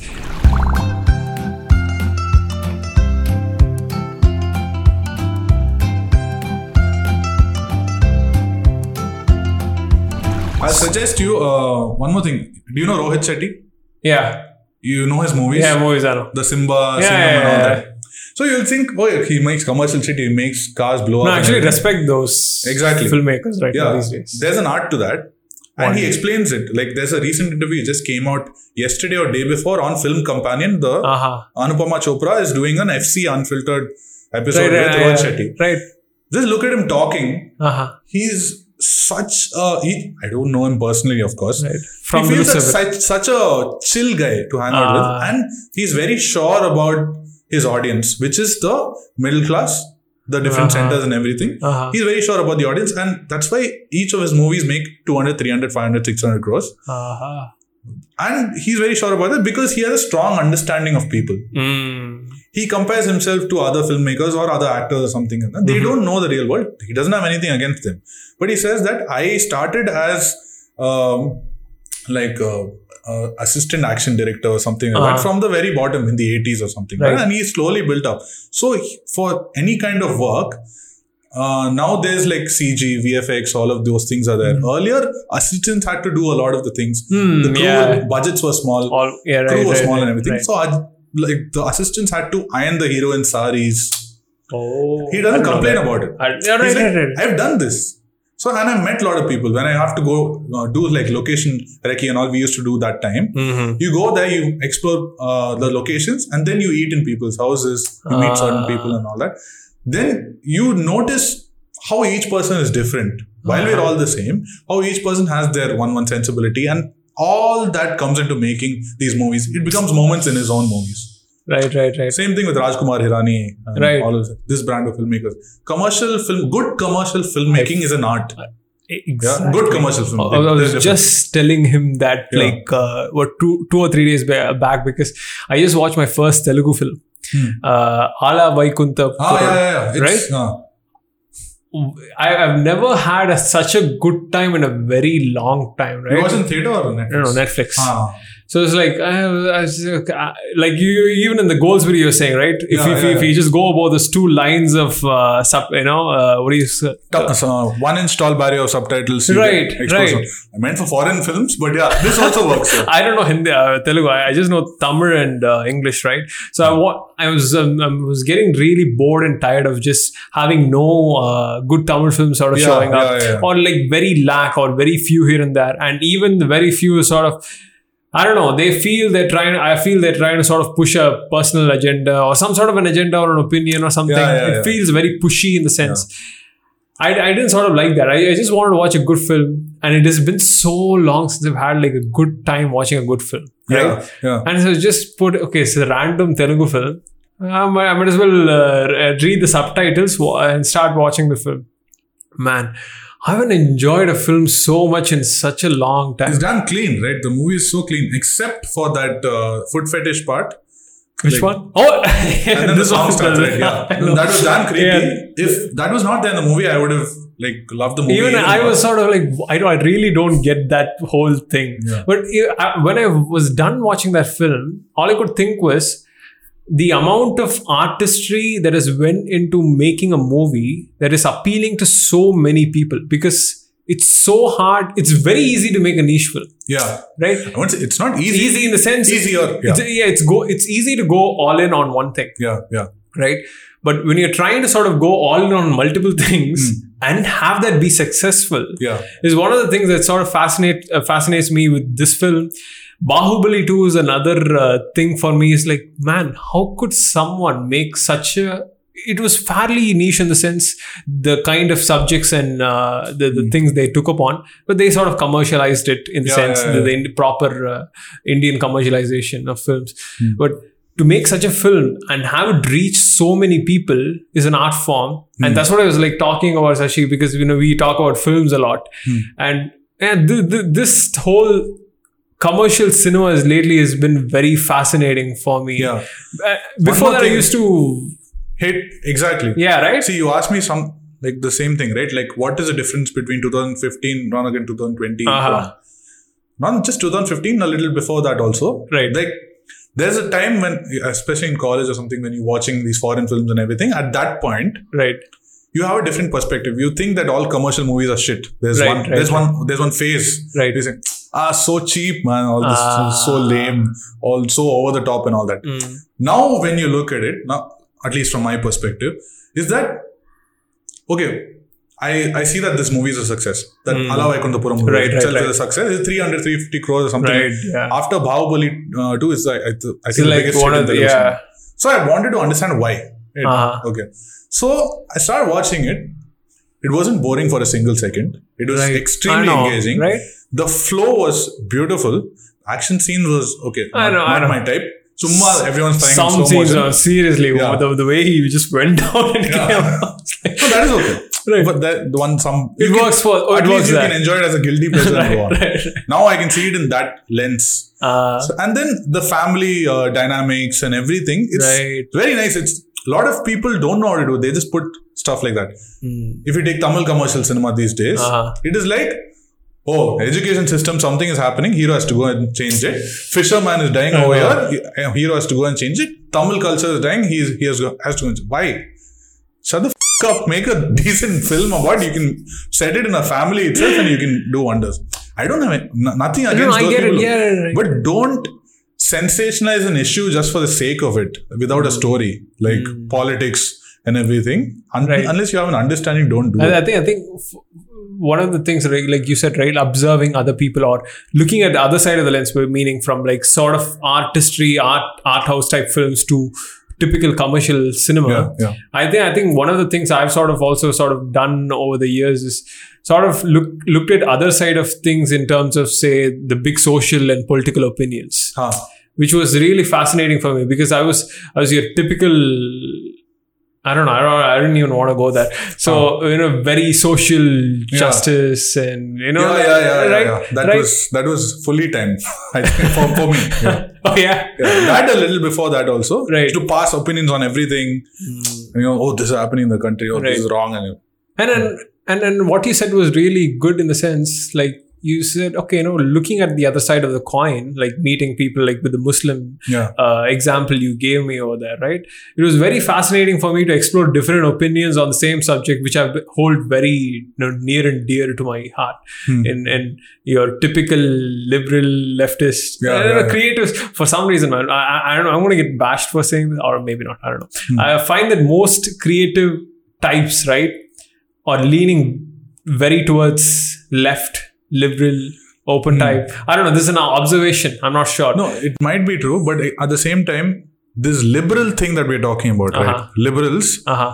Speaker 2: I suggest you uh, one more thing. Do you know Rohit Shetty?
Speaker 1: Yeah,
Speaker 2: You know his movies.
Speaker 1: yeah, movies. I know.
Speaker 2: The Simba,
Speaker 1: Yeah,
Speaker 2: Singham
Speaker 1: yeah,
Speaker 2: and all
Speaker 1: yeah.
Speaker 2: that. So you'll think, oh, yeah, he makes commercial shit. He makes cars blow
Speaker 1: No,
Speaker 2: up. and
Speaker 1: actually,
Speaker 2: everything.
Speaker 1: respect those
Speaker 2: Exactly.
Speaker 1: filmmakers right now
Speaker 2: yeah,
Speaker 1: these days.
Speaker 2: there's an art to that. And
Speaker 1: What?
Speaker 2: he explains it. Like there's a recent interview just came out yesterday or day before on Film Companion. The
Speaker 1: Uh-huh.
Speaker 2: Anupama Chopra is doing an FC unfiltered episode
Speaker 1: Right,
Speaker 2: with
Speaker 1: right,
Speaker 2: Rohit
Speaker 1: right,
Speaker 2: Shetty.
Speaker 1: right.
Speaker 2: Just look at him talking.
Speaker 1: Uh-huh.
Speaker 2: He's such a he, I don't know him personally, of course.
Speaker 1: Right. From
Speaker 2: he
Speaker 1: the
Speaker 2: feels
Speaker 1: looks
Speaker 2: like
Speaker 1: of it.
Speaker 2: such, such a chill guy to hang out
Speaker 1: Ah.
Speaker 2: with, and he's very sure about his audience, which is the middle class, the different
Speaker 1: Uh-huh.
Speaker 2: centers and everything.
Speaker 1: Uh-huh.
Speaker 2: He's very sure about the audience, and that's why each of his movies make 200, 300, 500, 600 crores.
Speaker 1: Uh-huh.
Speaker 2: And he's very sure about it because he has a strong understanding of people.
Speaker 1: Mm.
Speaker 2: He compares himself to other filmmakers or other actors or something. like that. They
Speaker 1: Mm-hmm.
Speaker 2: don't know the real world. He doesn't have anything against them. But he says that I started as um, like uh, uh, assistant action director or something like that
Speaker 1: Uh-huh.
Speaker 2: from the very bottom in the 80s or something. like
Speaker 1: Right.
Speaker 2: that. And he slowly built up. So he- for any kind of work, uh, now there's like CG, VFX, all of those things are there.
Speaker 1: Mm-hmm.
Speaker 2: Earlier, assistants had to do a lot of the things.
Speaker 1: Hmm,
Speaker 2: the crew
Speaker 1: yeah.
Speaker 2: budgets were small,
Speaker 1: All yeah, right.
Speaker 2: crew was
Speaker 1: right,
Speaker 2: small
Speaker 1: right,
Speaker 2: and everything.
Speaker 1: right.
Speaker 2: So I, like the assistants had to iron the hero in saris.
Speaker 1: Oh,
Speaker 2: He doesn't
Speaker 1: I don't know
Speaker 2: complain
Speaker 1: that.
Speaker 2: about it.
Speaker 1: I, yeah, right,
Speaker 2: He's like,
Speaker 1: right, right.
Speaker 2: I've done this. So and I met a lot of people when I have to go uh, do like location recce and all we used to do that time.
Speaker 1: Mm-hmm.
Speaker 2: You go there, you explore uh, the locations, and then you eat in people's houses. You meet certain
Speaker 1: Ah.
Speaker 2: people and all that. Then you notice how each person is different. While we're
Speaker 1: Uh-huh.
Speaker 2: all the same, how each person has their one-one sensibility, and all that comes into making these movies. It becomes moments in his own movies.
Speaker 1: Right, right, right.
Speaker 2: Same thing with Rajkumar Hirani and
Speaker 1: Right.
Speaker 2: all of this brand of filmmakers. Commercial film, good commercial filmmaking is an art. Yeah?
Speaker 1: Exactly.
Speaker 2: Good commercial
Speaker 1: I
Speaker 2: filmmaking.
Speaker 1: I was
Speaker 2: There's difference.
Speaker 1: just telling him that
Speaker 2: Yeah.
Speaker 1: like uh, what two two or three days ba- back because I just watched my first Telugu film,
Speaker 2: Hmm.
Speaker 1: uh, Ala Vaikuntha.
Speaker 2: ah, yeah, yeah, yeah. It's,
Speaker 1: Right?
Speaker 2: ah,
Speaker 1: I, I've never had a, such a good time in a very long time,
Speaker 2: You
Speaker 1: right?
Speaker 2: watch in theater or Netflix?
Speaker 1: no, no, Netflix.
Speaker 2: Ah,
Speaker 1: So it's like I, I was, uh, like you even in the goals video you're saying right if,
Speaker 2: Yeah,
Speaker 1: if,
Speaker 2: yeah,
Speaker 1: if
Speaker 2: yeah.
Speaker 1: you just go about those two lines of uh, sub you know uh, what do you s-
Speaker 2: tu- so one inch tall barrier of subtitles. you
Speaker 1: Right,
Speaker 2: get exposed
Speaker 1: right.
Speaker 2: to- I meant for foreign films, but yeah, this also works.
Speaker 1: [laughs]
Speaker 2: yeah.
Speaker 1: I don't know Hindi, uh, Telugu. I, I just know Tamil and uh, English, right? So
Speaker 2: Hmm.
Speaker 1: I wa- I was um, I was getting really bored and tired of just having no uh, good Tamil films sort of
Speaker 2: Yeah,
Speaker 1: showing up,
Speaker 2: yeah, yeah.
Speaker 1: or like very lack, or very few here and there, and even the very few sort of. I don't know. They feel they're trying. I feel they're trying to sort of push a personal agenda or some sort of an agenda or an opinion or something.
Speaker 2: Yeah, yeah,
Speaker 1: it
Speaker 2: yeah.
Speaker 1: feels very pushy in the sense. I, I didn't sort of like that. I, I just wanted to watch a good film, and it has been so long since I've had like a good time watching a good film, right?
Speaker 2: Yeah, yeah.
Speaker 1: And so just put okay, so random Telugu film. I might, I might as well uh, re- read the subtitles wa- and start watching the film. Man, I haven't enjoyed a film so much in such a long time.
Speaker 2: It's done clean, right? The movie is so clean, except for that uh, foot
Speaker 1: [laughs]
Speaker 2: fetish part.
Speaker 1: Which
Speaker 2: Like-
Speaker 1: one? Oh, [laughs]
Speaker 2: and then the
Speaker 1: this
Speaker 2: song
Speaker 1: one
Speaker 2: starts
Speaker 1: doesn't-
Speaker 2: right yeah
Speaker 1: [laughs] I know.
Speaker 2: that was damn creepy
Speaker 1: Yeah.
Speaker 2: if that was not there in the movie i would have like loved the movie
Speaker 1: even I
Speaker 2: more.
Speaker 1: was sort of like, I, don't, I really don't get that whole thing.
Speaker 2: Yeah.
Speaker 1: But I- I- when I was done watching that film, all I could think was the amount of artistry that has went into making a movie that is appealing to so many people because it's so hard. It's very easy to make a niche film,
Speaker 2: Yeah.
Speaker 1: right?
Speaker 2: I won't say- It's not easy.
Speaker 1: Easy in the sense
Speaker 2: Easier. Yeah.
Speaker 1: It's, yeah, it's go. It's easy to go all in on one thing,
Speaker 2: yeah. Yeah.
Speaker 1: right? But when you're trying to sort of go all in on multiple things
Speaker 2: Hmm.
Speaker 1: and have that be successful,
Speaker 2: Yeah.
Speaker 1: is one of the things that sort of fascinate uh, fascinates me with this film. Bahubali 2 is another uh, thing for me. Is like, man, how could someone make such a? It was fairly niche in the sense the kind of subjects and uh, the, the things they took upon, but they sort of commercialized it in the
Speaker 2: Yeah,
Speaker 1: sense
Speaker 2: yeah,
Speaker 1: the,
Speaker 2: yeah.
Speaker 1: the Indi- proper uh, Indian commercialization of films.
Speaker 2: Hmm.
Speaker 1: But to make such a film and have it reach so many people is an art form,
Speaker 2: Hmm.
Speaker 1: and that's what I was like talking about Sashi because you know we talk about films a lot,
Speaker 2: Hmm.
Speaker 1: and and th- th- this whole commercial cinema has lately has been very fascinating for me.
Speaker 2: Yeah.
Speaker 1: Uh, before
Speaker 2: more
Speaker 1: that, I
Speaker 2: thing.
Speaker 1: used to
Speaker 2: Hit. Exactly.
Speaker 1: yeah right.
Speaker 2: See, you asked me some like the same thing, right? Like, what is the difference between 2015 run again 2020?
Speaker 1: Uh-huh.
Speaker 2: Not just 2015, a little before that also.
Speaker 1: Right.
Speaker 2: Like, there's a time when, especially in college or something, when you're watching these foreign films and everything. At that point,
Speaker 1: Right.
Speaker 2: you have a different perspective. You think that all commercial movies are shit. There's
Speaker 1: Right,
Speaker 2: one,
Speaker 1: right.
Speaker 2: there's one, there's one phase.
Speaker 1: Right.
Speaker 2: You think, ah, so cheap, man. All this
Speaker 1: Ah.
Speaker 2: is so lame, all so over the top, and all that.
Speaker 1: Mm.
Speaker 2: Now, when you look at it, now at least from my perspective, is that okay? I, I see that this movie is a success. That
Speaker 1: Mm.
Speaker 2: Allah Vaikundapuram movie
Speaker 1: Right, right,
Speaker 2: itself
Speaker 1: right.
Speaker 2: is a success. It's 300, 350 crores or something.
Speaker 1: Right. Yeah.
Speaker 2: After Bahubali uh, 2 is, like, I, th- I
Speaker 1: So,
Speaker 2: think, the
Speaker 1: like
Speaker 2: biggest
Speaker 1: one
Speaker 2: hit in
Speaker 1: of the
Speaker 2: television.
Speaker 1: yeah.
Speaker 2: So I wanted to understand why. It-
Speaker 1: Uh-huh.
Speaker 2: Okay. So I started watching it. It wasn't boring for a single second. It was
Speaker 1: Right. I
Speaker 2: extremely
Speaker 1: know,
Speaker 2: engaging.
Speaker 1: Right.
Speaker 2: The flow was beautiful. Action scene was okay.
Speaker 1: I
Speaker 2: Not,
Speaker 1: know, I
Speaker 2: not
Speaker 1: know.
Speaker 2: my type. Summa, everyone's playing
Speaker 1: Some
Speaker 2: so
Speaker 1: scenes
Speaker 2: motion.
Speaker 1: are seriously
Speaker 2: Yeah.
Speaker 1: the, the way he just went [laughs] down and
Speaker 2: Yeah.
Speaker 1: came out. It's like-
Speaker 2: So that is okay.
Speaker 1: Right.
Speaker 2: But that the one some
Speaker 1: It
Speaker 2: you can-
Speaker 1: works for- oh, it
Speaker 2: at
Speaker 1: works
Speaker 2: least you
Speaker 1: there.
Speaker 2: can enjoy it as a guilty
Speaker 1: [laughs]
Speaker 2: pleasure and go on.
Speaker 1: right, right.
Speaker 2: Now I can see it in that lens.
Speaker 1: Uh,
Speaker 2: So- and then the family uh, dynamics and everything. It's
Speaker 1: Right.
Speaker 2: very nice. It's a lot of people don't know how to do. They just put stuff like that.
Speaker 1: mm,
Speaker 2: if you take Tamil commercial cinema these days,
Speaker 1: Uh-huh.
Speaker 2: it is like, oh, education system, something is happening, hero has to go and change it. Fisherman is dying over
Speaker 1: Uh-huh.
Speaker 2: here, he- uh, hero has to go and change it. Tamil culture is dying, he, is, he has, has to go and Why? Shut the f- up, make a decent film about You can set it in a family itself and you can do wonders. I don't have any- n- nothing against
Speaker 1: I
Speaker 2: those
Speaker 1: get it.
Speaker 2: people.
Speaker 1: Yeah, right, right.
Speaker 2: But don't sensationalize an issue just for the sake of it without a story, like politics and everything. Un-
Speaker 1: Hmm. Right.
Speaker 2: Unless you have an understanding, don't do it.
Speaker 1: I, I think I think f- one of the things like, like you said, right, observing other people or looking at the other side of the lens, meaning from like sort of artistry, art art house type films to typical commercial cinema.
Speaker 2: Yeah, yeah.
Speaker 1: I think I think one of the things I've sort of also sort of done over the years is sort of look looked at other side of things in terms of say the big social and political opinions.
Speaker 2: Huh.
Speaker 1: which was really fascinating for me because I was I was your typical I don't know I don't I didn't even want to go there so
Speaker 2: Oh.
Speaker 1: you know very social justice and you know
Speaker 2: yeah, yeah, yeah, yeah,
Speaker 1: right
Speaker 2: yeah. That
Speaker 1: right
Speaker 2: was that was fully timed I think, for, for
Speaker 1: [laughs]
Speaker 2: me. Yeah.
Speaker 1: oh yeah
Speaker 2: Yeah. That a little before that also.
Speaker 1: Right.
Speaker 2: To pass opinions on everything. You know, oh, this is happening in the country. Oh, this
Speaker 1: Right.
Speaker 2: is wrong. And you-
Speaker 1: and then and and what you said was really good in the sense like you said okay you know looking at the other side of the coin like meeting people like with the Muslim
Speaker 2: yeah,
Speaker 1: uh, example you gave me over there, right? It was very fascinating for me to explore different opinions on the same subject, which I hold very you know, near and dear to my heart.
Speaker 2: Hmm.
Speaker 1: And and your typical liberal leftist,
Speaker 2: Yeah,
Speaker 1: I don't
Speaker 2: yeah,
Speaker 1: know,
Speaker 2: yeah.
Speaker 1: creatives, for some reason, man, I, I- I don't know. I'm going to get bashed for saying this, or maybe not. I don't know.
Speaker 2: Hmm.
Speaker 1: I find that most creative types, right, are leaning very towards left, liberal. Open type. I don't know. This is an observation. I'm not sure.
Speaker 2: Hmm. no, it might be true, but at the same time, this liberal thing that we're talking about, right?
Speaker 1: Uh-huh.
Speaker 2: Liberals.
Speaker 1: Uh huh.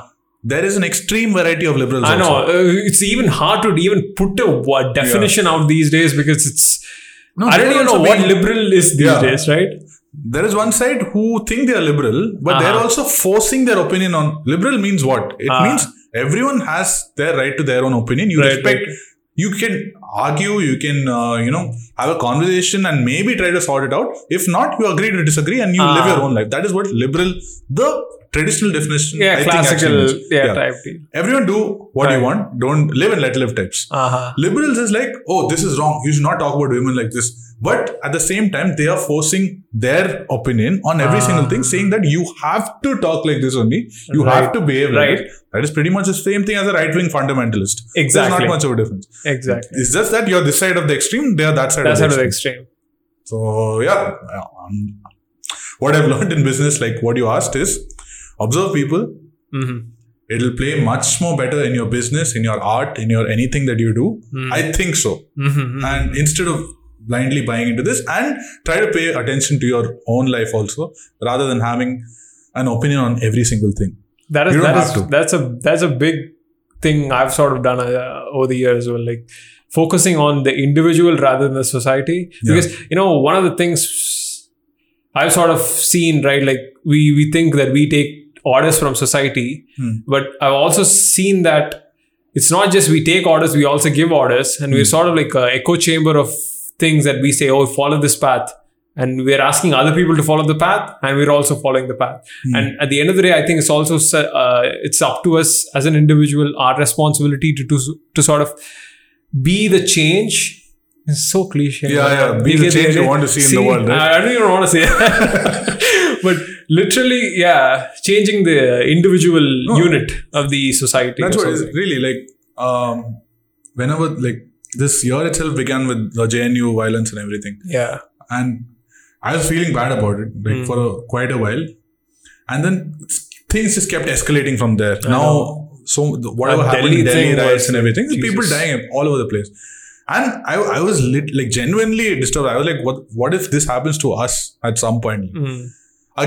Speaker 2: There is an extreme variety of liberals.
Speaker 1: I know
Speaker 2: also.
Speaker 1: uh, it's even hard to even put a wo- definition out these days because it's. I don't
Speaker 2: they're
Speaker 1: even know
Speaker 2: also
Speaker 1: what
Speaker 2: being-
Speaker 1: liberal is these
Speaker 2: Yeah.
Speaker 1: days, right?
Speaker 2: There is one side who think they are liberal, but they're
Speaker 1: Uh-huh.
Speaker 2: also forcing their opinion on. Liberal means what? It
Speaker 1: Uh-huh.
Speaker 2: means everyone has their right to their own opinion. You
Speaker 1: Right,
Speaker 2: respect. You can argue. You can uh, you know have a conversation and maybe try to sort it out. If not, you agree to disagree and you live
Speaker 1: Uh-huh.
Speaker 2: your own life. That is what liberal, the traditional definition.
Speaker 1: yeah,
Speaker 2: I think,
Speaker 1: classical,
Speaker 2: actually means.
Speaker 1: yeah, type deal.
Speaker 2: Everyone do what you
Speaker 1: Right.
Speaker 2: want. Don't live and let live types.
Speaker 1: Uh-huh.
Speaker 2: Liberals is like, oh, this is wrong. You should not talk about women like this. But at the same time, they are forcing their opinion on every
Speaker 1: Ah.
Speaker 2: single thing, saying that you have to talk like this only. You
Speaker 1: Right.
Speaker 2: have to behave like
Speaker 1: Right.
Speaker 2: it. That is pretty much the same thing as a right wing fundamentalist. There's
Speaker 1: Exactly.
Speaker 2: not much of a difference.
Speaker 1: Exactly.
Speaker 2: It's just that you're this side of the extreme, they are that side
Speaker 1: That's
Speaker 2: of
Speaker 1: out
Speaker 2: the
Speaker 1: of
Speaker 2: extreme.
Speaker 1: the extreme.
Speaker 2: So yeah, um, what I've [laughs] learned in business, like what you asked, is observe people.
Speaker 1: Mm-hmm.
Speaker 2: It'll play much more better in your business, in your art, in your anything that you do.
Speaker 1: Hmm.
Speaker 2: I think so.
Speaker 1: Mm-hmm.
Speaker 2: And instead of blindly buying into this, and try to pay attention to your own life also, rather than having an opinion on every single thing.
Speaker 1: That is
Speaker 2: You don't
Speaker 1: that
Speaker 2: have
Speaker 1: is
Speaker 2: to.
Speaker 1: that's a that's a big thing I've sort of done uh, over the years. Well, like focusing on the individual rather than the society,
Speaker 2: Yeah.
Speaker 1: because you know one of the things I've sort of seen right, like we we think that we take orders from society,
Speaker 2: Hmm.
Speaker 1: but I've also seen that it's not just we take orders, we also give orders, and
Speaker 2: Hmm.
Speaker 1: we're sort of like a echo chamber of things that we say, oh, follow this path. And we're asking other people to follow the path, and we're also following the path.
Speaker 2: Hmm.
Speaker 1: And at the end of the day, I think it's also s- uh, it's up to us as an individual, our responsibility to to, to sort of be the change. It's so cliche.
Speaker 2: Yeah, yeah, be the
Speaker 1: get
Speaker 2: change you
Speaker 1: idea.
Speaker 2: want to see in the world, right?
Speaker 1: I I don't even want to say, [laughs] that. but literally, yeah, changing the individual unit of the society.
Speaker 2: That's
Speaker 1: or
Speaker 2: what it is
Speaker 1: something.
Speaker 2: really like. Um, whenever like this year itself began with the JNU violence and everything.
Speaker 1: Yeah.
Speaker 2: and I was feeling bad about it like
Speaker 1: Mm.
Speaker 2: for a, quite a while, and then s- things just kept escalating from there. now, so the- whatever
Speaker 1: That
Speaker 2: happened,
Speaker 1: Delhi
Speaker 2: in Delhi
Speaker 1: thing
Speaker 2: riots
Speaker 1: was-
Speaker 2: and everything, there's
Speaker 1: Jesus.
Speaker 2: people dying all over the place. And I, I was lit, like genuinely disturbed. I was like, what, what if this happens to us at some point?
Speaker 1: Mm.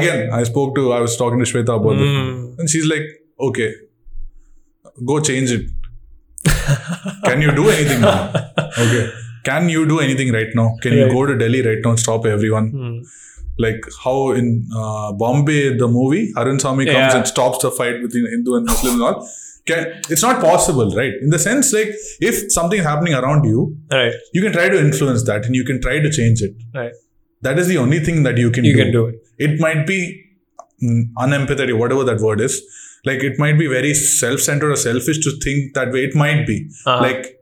Speaker 2: Again, I spoke to, I was talking to Shweta about
Speaker 1: Mm.
Speaker 2: this, and she's like, okay, go change it. Can you do
Speaker 1: [laughs]
Speaker 2: anything now? Okay. Can you do anything right now? Can you
Speaker 1: Right.
Speaker 2: go to Delhi right now and stop everyone?
Speaker 1: Mm.
Speaker 2: like how in uh, Bombay the movie Arun Swami comes
Speaker 1: Yeah.
Speaker 2: and stops the fight between Hindu and Muslim and all. Can, it's not possible, right? In the sense, like if something is happening around you,
Speaker 1: Right.
Speaker 2: you can try to influence that and you can try to change it.
Speaker 1: Right.
Speaker 2: That is the only thing that you can
Speaker 1: You
Speaker 2: do.
Speaker 1: can do it.
Speaker 2: It might be mm, unempathetic, whatever that word is. Like it might be very self-centered or selfish to think that way. It might be
Speaker 1: Uh-huh.
Speaker 2: like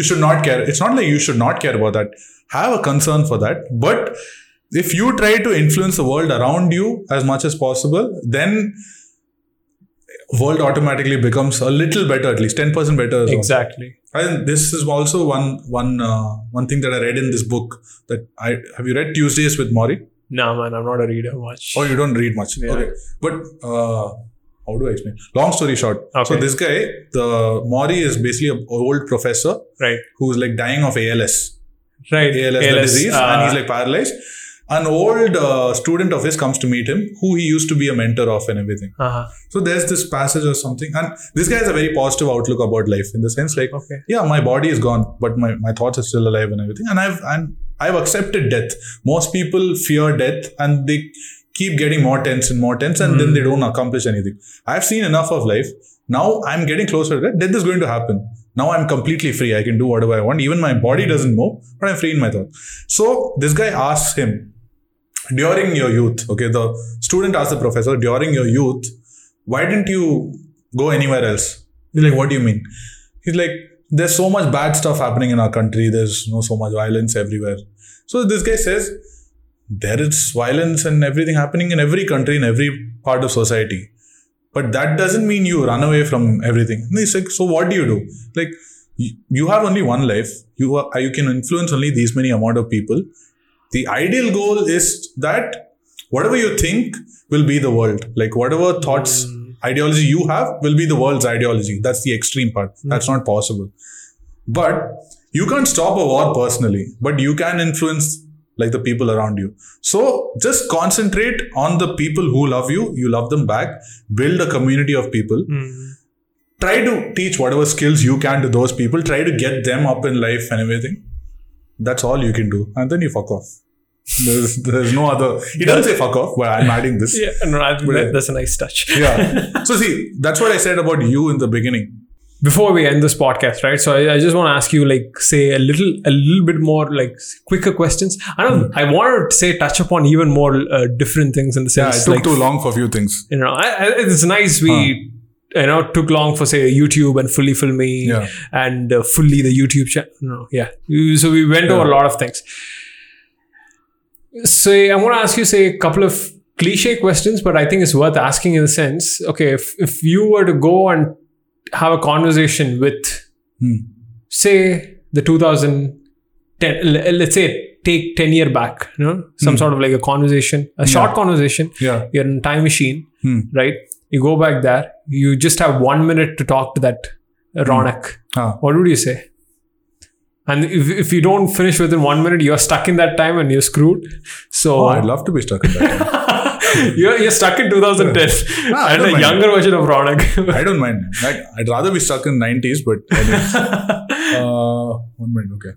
Speaker 2: you should not care it's not like you should not care about that have a concern for that but if you try to influence the world around you as much as possible then world automatically becomes a little better at least 10% better as well.
Speaker 1: exactly.
Speaker 2: and this is also one one uh, one thing that i read in this book that i have you read tuesdays with mori
Speaker 1: Nah, man, I'm not a reader much.
Speaker 2: Oh, you don't read much.
Speaker 1: Yeah.
Speaker 2: Okay. But uh, how do I explain? Long story short. So
Speaker 1: Okay.
Speaker 2: this guy, the Mori is basically an old professor
Speaker 1: Right.
Speaker 2: who's like dying of ALS.
Speaker 1: Right.
Speaker 2: ALS, the disease,
Speaker 1: uh,
Speaker 2: and he's like paralyzed. An old uh, student of his comes to meet him, who he used to be a mentor of and everything.
Speaker 1: uh-huh.
Speaker 2: So there's this passage or something. And this guy has a very positive outlook about life in the sense like,
Speaker 1: Okay.
Speaker 2: yeah, my body is gone, but my, my thoughts are still alive and everything. And I've and I've accepted death. Most people fear death and they keep getting more tense and more tense and then they don't accomplish anything. I've seen enough of life. Now I'm getting closer to that. Death is going to happen. Now I'm completely free. I can do whatever I want. Even my body doesn't move, but I'm free in my thoughts. So this guy asks him during your youth, okay, the student asked the professor, during your youth, why didn't you go anywhere else? He's like, what do you mean? He's like, there's so much bad stuff happening in our country. There's you know, so much violence everywhere. So this guy says, there is violence and everything happening in every country, in every part of society. But that doesn't mean you run away from everything. And he's like, so what do you do? Like, you- you have only one life. You are, you can influence only these many amount of people. The ideal goal is that whatever you think will be the world. Like whatever thoughts
Speaker 1: Hmm.
Speaker 2: ideology you have will be the world's ideology. That's the extreme part. That's not possible. But you can't stop a war personally, but you can influence like the people around you. So just concentrate on the people who love you. You love them back. Build a community of people.
Speaker 1: Mm.
Speaker 2: Try to teach whatever skills you can to those people. Try to get them up in life and everything. That's all you can do. And then you fuck off. There's, there's no other. He doesn't say fuck off, but I'm adding
Speaker 1: [laughs]
Speaker 2: this
Speaker 1: Yeah, no, I think
Speaker 2: But,
Speaker 1: that,
Speaker 2: uh,
Speaker 1: that's a nice touch.
Speaker 2: [laughs] yeah. So see, that's what I said about you in the beginning.
Speaker 1: before we end this podcast, right? So I, I just want to ask you, like, say a little, a little bit more, like, quicker questions. I don't. I want to say touch upon even more uh, different things in the
Speaker 2: Yeah,
Speaker 1: sense,
Speaker 2: it took
Speaker 1: like,
Speaker 2: too long for a few things.
Speaker 1: you know, I, I, it's nice we. You know, took long for say YouTube and fully filmy
Speaker 2: Yeah.
Speaker 1: and uh, fully the YouTube channel. No, yeah, You- so we went over a lot of things. Say, I'm going to ask you say a couple of cliche questions, but I think it's worth asking in a sense. Okay, if if you were to go and have a conversation with,
Speaker 2: Hmm.
Speaker 1: say, the 2010, le- let's say take 10 year back, you know, some sort of like a conversation, a short conversation.
Speaker 2: Hmm. Yeah.
Speaker 1: You're in a time machine
Speaker 2: Hmm.
Speaker 1: right? You go back there, you just have one minute to talk to that Ronak.
Speaker 2: Ah.
Speaker 1: What would you say? And if, if you don't finish within one minute, you're stuck in that time and you're screwed. So
Speaker 2: Oh, I'd love to be stuck in that.
Speaker 1: [laughs] you're, you're stuck in
Speaker 2: [laughs]
Speaker 1: 2010
Speaker 2: No,
Speaker 1: [laughs]
Speaker 2: I
Speaker 1: and
Speaker 2: don't
Speaker 1: a
Speaker 2: Ah, mind.
Speaker 1: younger version of Ronak. [laughs]
Speaker 2: I don't mind. Like, I'd rather be stuck in 90s, but
Speaker 1: [laughs]
Speaker 2: anyways. uh, one minute, okay.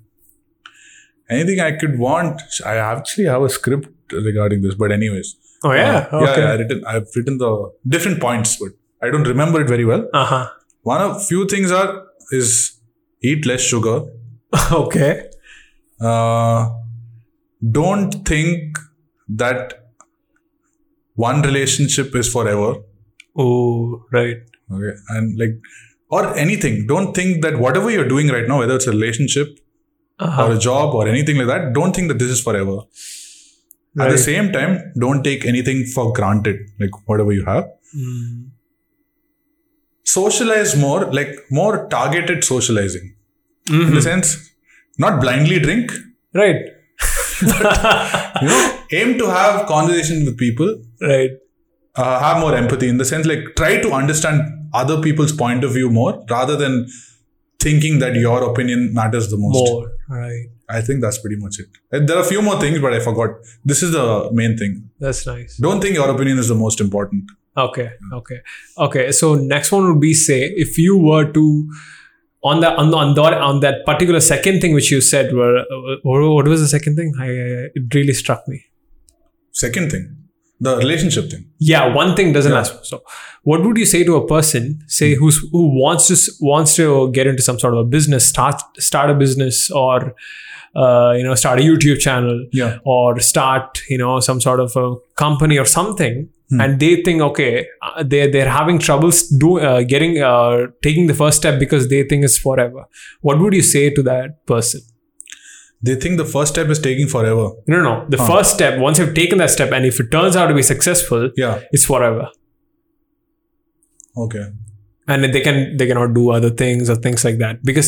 Speaker 2: Anything I could want, I actually have a script regarding this, but anyways.
Speaker 1: oh, yeah.
Speaker 2: Uh,
Speaker 1: okay.
Speaker 2: yeah, I written, I've written the different points, but I don't remember it very well.
Speaker 1: Uh
Speaker 2: One of few things are is eat less sugar.
Speaker 1: huh. [laughs] okay.
Speaker 2: Uh, don't think that one relationship is forever.
Speaker 1: Oh, right.
Speaker 2: Okay. And like, or anything. Don't think that whatever you're doing right now, whether it's a relationship
Speaker 1: Uh-huh.
Speaker 2: or a job or anything like that, don't think that this is forever. At the
Speaker 1: Right.
Speaker 2: same time, don't take anything for granted, like whatever you have.
Speaker 1: Mm.
Speaker 2: Socialize more, like more targeted socializing. In the
Speaker 1: Mhm.
Speaker 2: sense, not blindly drink.
Speaker 1: Right. [laughs]
Speaker 2: You know, aim to have conversations with people.
Speaker 1: right.
Speaker 2: uh, have more empathy in the sense like try to understand other people's point of view more rather than thinking that your opinion matters the most
Speaker 1: More. Right.
Speaker 2: i think that's pretty much it And there are a few more things but i forgot this is the main thing
Speaker 1: That's nice.
Speaker 2: don't think your opinion is the most important
Speaker 1: Okay, okay, okay. So next one would be say if you were to on that on, on that on that particular second thing which you said were uh, what was the second thing? I, I it really struck me.
Speaker 2: second thing the relationship thing
Speaker 1: Yeah, one thing doesn't last. So, what would you say to a person say who's who wants to s- wants to get into some sort of a business, start start a business, or uh, you know start a YouTube channel,
Speaker 2: yeah
Speaker 1: or start you know some sort of a company or something
Speaker 2: Hmm.
Speaker 1: and they think okay uh, they they're having troubles do uh, getting uh, taking the first step because they think it's forever what would you say to that person
Speaker 2: they think the first step is taking forever
Speaker 1: no no no. the
Speaker 2: Huh.
Speaker 1: first step once you've taken that step and if it turns out to be successful
Speaker 2: yeah
Speaker 1: it's forever
Speaker 2: okay
Speaker 1: and they can they cannot do other things or things like that because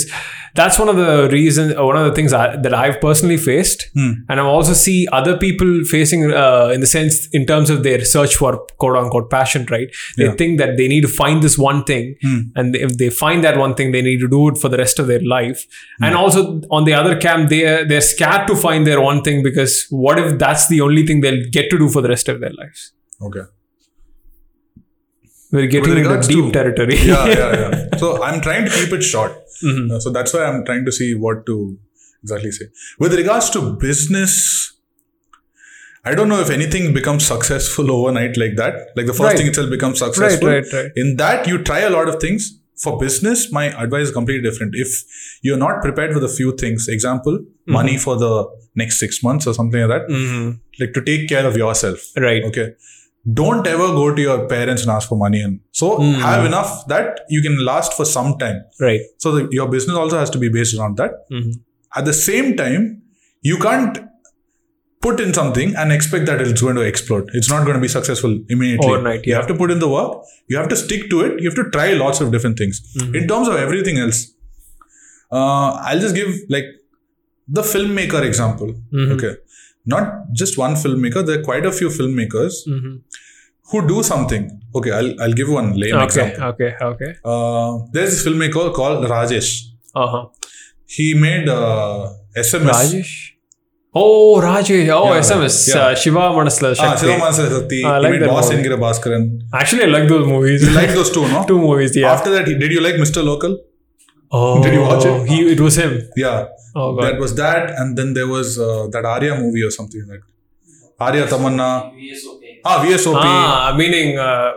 Speaker 1: that's one of the reasons or one of the things I, that i've personally faced
Speaker 2: Hmm.
Speaker 1: and i also see other people facing uh, in the sense in terms of their search for quote unquote passion right they
Speaker 2: Yeah.
Speaker 1: think that they need to find this one thing
Speaker 2: Hmm.
Speaker 1: and if they find that one thing they need to do it for the rest of their life
Speaker 2: Hmm.
Speaker 1: and also on the other camp they are, they're scared to find their one thing because what if that's the only thing they'll get to do for the rest of their lives
Speaker 2: okay
Speaker 1: we're getting into
Speaker 2: regards
Speaker 1: deep
Speaker 2: to-
Speaker 1: territory
Speaker 2: yeah yeah
Speaker 1: [laughs]
Speaker 2: yeah so i'm trying to keep it short
Speaker 1: Mhm.
Speaker 2: Uh, so that's why I'm trying to see what to exactly say. With regards to business, I don't know if anything becomes successful overnight like that. Like the first
Speaker 1: Right.
Speaker 2: thing itself becomes
Speaker 1: right
Speaker 2: successful.
Speaker 1: right right
Speaker 2: In that, you try a lot of things. For business, my advice is completely different. If you're not prepared with a few things, example,
Speaker 1: Mm-hmm.
Speaker 2: money for the next six months or something like that,
Speaker 1: hmm
Speaker 2: like to take care of yourself.
Speaker 1: right
Speaker 2: Okay. Don't ever go to your parents and ask for money. And so
Speaker 1: Mm.
Speaker 2: have enough that you can last for some time.
Speaker 1: Right. Mm-hmm.
Speaker 2: So the, your business also has to be based around that. At the same time, you can't put in something and expect that it's going to explode. It's not going to be successful immediately.
Speaker 1: Overnight,
Speaker 2: You
Speaker 1: yeah.
Speaker 2: have to put in the work. You have to stick to it. You have to try lots of different things.
Speaker 1: Mhm.
Speaker 2: In terms of everything else, uh, I'll just give like the filmmaker example.
Speaker 1: Mhm.
Speaker 2: Okay. Not just one filmmaker. There are quite a few filmmakers
Speaker 1: Mhm.
Speaker 2: who do something. Okay, I'll, I'll give one lame
Speaker 1: Okay.
Speaker 2: example.
Speaker 1: Okay. Okay.
Speaker 2: Uh, there's this filmmaker called Rajesh.
Speaker 1: Uh huh.
Speaker 2: he made uh, SMS.
Speaker 1: Rajesh. Oh, Rajesh. Oh,
Speaker 2: Yeah,
Speaker 1: SMS.
Speaker 2: yeah.
Speaker 1: Uh, Shiva Manasla
Speaker 2: Ah,
Speaker 1: Shakti.
Speaker 2: Sivaman Saraswati.
Speaker 1: I like
Speaker 2: he
Speaker 1: that
Speaker 2: made Boss
Speaker 1: movie.
Speaker 2: Engire Bhaskaran.
Speaker 1: Actually, I like [laughs] those movies.
Speaker 2: You like those two, no?
Speaker 1: two movies. Yeah.
Speaker 2: After that, he- did you like Mr. Local?
Speaker 1: oh,
Speaker 2: Did you watch it?
Speaker 1: He. It was him.
Speaker 2: Yeah.
Speaker 1: Oh God.
Speaker 2: That was that, and then there was uh, that Arya movie or something like Arya Tamanna.
Speaker 3: He is okay.
Speaker 2: Ah, VSOP.
Speaker 1: Ah, meaning uh,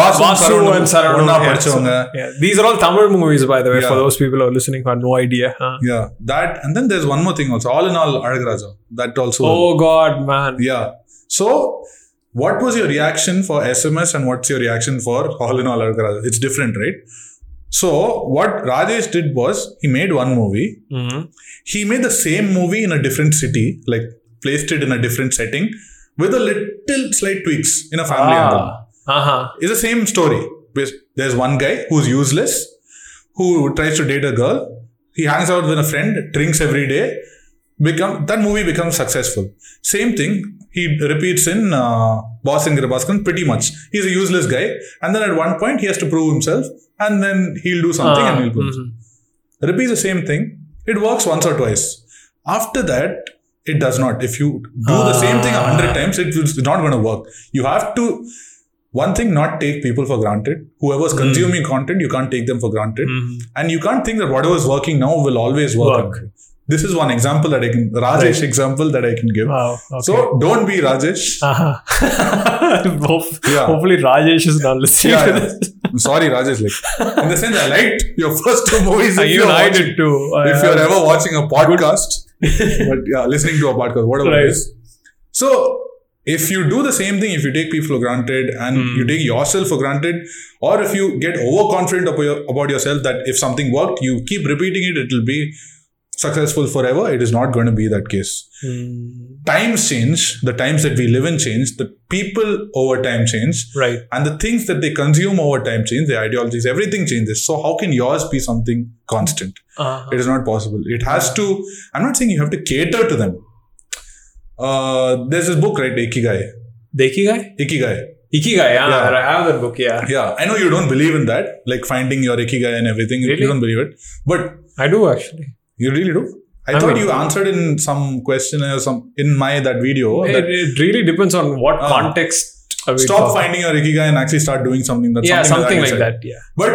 Speaker 2: Vasu, Saronu,
Speaker 1: and Saranu.
Speaker 2: ஒண்ணா
Speaker 1: Yeah, so-
Speaker 2: படிச்சவங்க.
Speaker 1: yeah. These are all Tamil movies, by the way, for
Speaker 2: Yeah.
Speaker 1: those people who are listening who have no idea. huh?
Speaker 2: Yeah, that and then there's one more thing also. All in all, Alagaraja. That also.
Speaker 1: Oh, God, man.
Speaker 2: Yeah. So, what was your reaction for SMS and what's your reaction for All in All Alagaraja? It's different, right? So, what Rajesh did was he made one movie.
Speaker 1: Mhm.
Speaker 2: He made the same movie in a different city, like placed it in a different setting with a little slight tweaks in a family album.
Speaker 1: Ah. Uh-huh.
Speaker 2: It's the same story. Bas- There's one guy who's useless, who tries to date a girl. He hangs out with a friend, drinks every day. Become that movie becomes successful. Same thing he repeats in uh, Boss and Grabaskan pretty much. He's a useless guy, and then at one point he has to prove himself, and then he'll do something
Speaker 1: Ah,
Speaker 2: and he'll prove. himself.
Speaker 1: mhm.
Speaker 2: Repeats the same thing. It works once or twice. After that, it does not. If you do the same thing a
Speaker 1: Ah.
Speaker 2: hundred times, it will- it's not going to work. You have to. One thing, not take people for granted. Whoever's
Speaker 1: Hmm.
Speaker 2: consuming content, you can't take them for granted,
Speaker 1: Mhm.
Speaker 2: and you can't think that whatever is working now will always work.
Speaker 1: Work.
Speaker 2: This is one example that I can Rajesh example that I can give.
Speaker 1: Wow. Ah, Okay.
Speaker 2: So don't be Rajesh.
Speaker 1: Uh-huh. [laughs] Hope-
Speaker 2: Yeah.
Speaker 1: Hopefully, Rajesh is not listening
Speaker 2: Yeah,
Speaker 1: to
Speaker 2: yeah.
Speaker 1: this.
Speaker 2: I'm sorry, Rajesh. Like in the sense, I liked your first two
Speaker 1: [laughs]
Speaker 2: movies.
Speaker 1: Uh,
Speaker 2: If
Speaker 1: Even
Speaker 2: you're
Speaker 1: I
Speaker 2: watching-
Speaker 1: did too.
Speaker 2: if
Speaker 1: I-
Speaker 2: you're ever watching a podcast, but yeah, listening to a podcast, whatever
Speaker 1: Right.
Speaker 2: it is. So, if you do the same thing, if you take people for granted and you take yourself for granted, or if you get overconfident about, your, about yourself that if something worked, you keep repeating it, it will be successful forever. It is not going to be that case. hmm,
Speaker 1: Mm,
Speaker 2: Times change, the times that we live in change, the people over time change,
Speaker 1: right.
Speaker 2: and the things that they consume over time change, their ideologies, everything changes. So, how can yours be something constant?
Speaker 1: Uh-huh.
Speaker 2: it is not possible it has to i'm not saying you have to cater to them uh there's this book right ikigai
Speaker 1: The Ikigai?
Speaker 2: ikigai
Speaker 1: Ikigai, yeah.
Speaker 2: Yeah.
Speaker 1: I have that book, yeah.
Speaker 2: yeah i know you don't believe in that like finding your ikigai and everything
Speaker 1: Really?
Speaker 2: you don't believe it but
Speaker 1: I do actually.
Speaker 2: you really do i,
Speaker 1: I
Speaker 2: thought
Speaker 1: mean-
Speaker 2: you answered in some question or some in my that video Oh, that
Speaker 1: It, it really depends on what
Speaker 2: Uh,
Speaker 1: context. Are we
Speaker 2: stop
Speaker 1: talking.
Speaker 2: finding your ikigai and actually start doing something that's
Speaker 1: Yeah, something,
Speaker 2: I
Speaker 1: like
Speaker 2: said.
Speaker 1: that. Yeah.
Speaker 2: But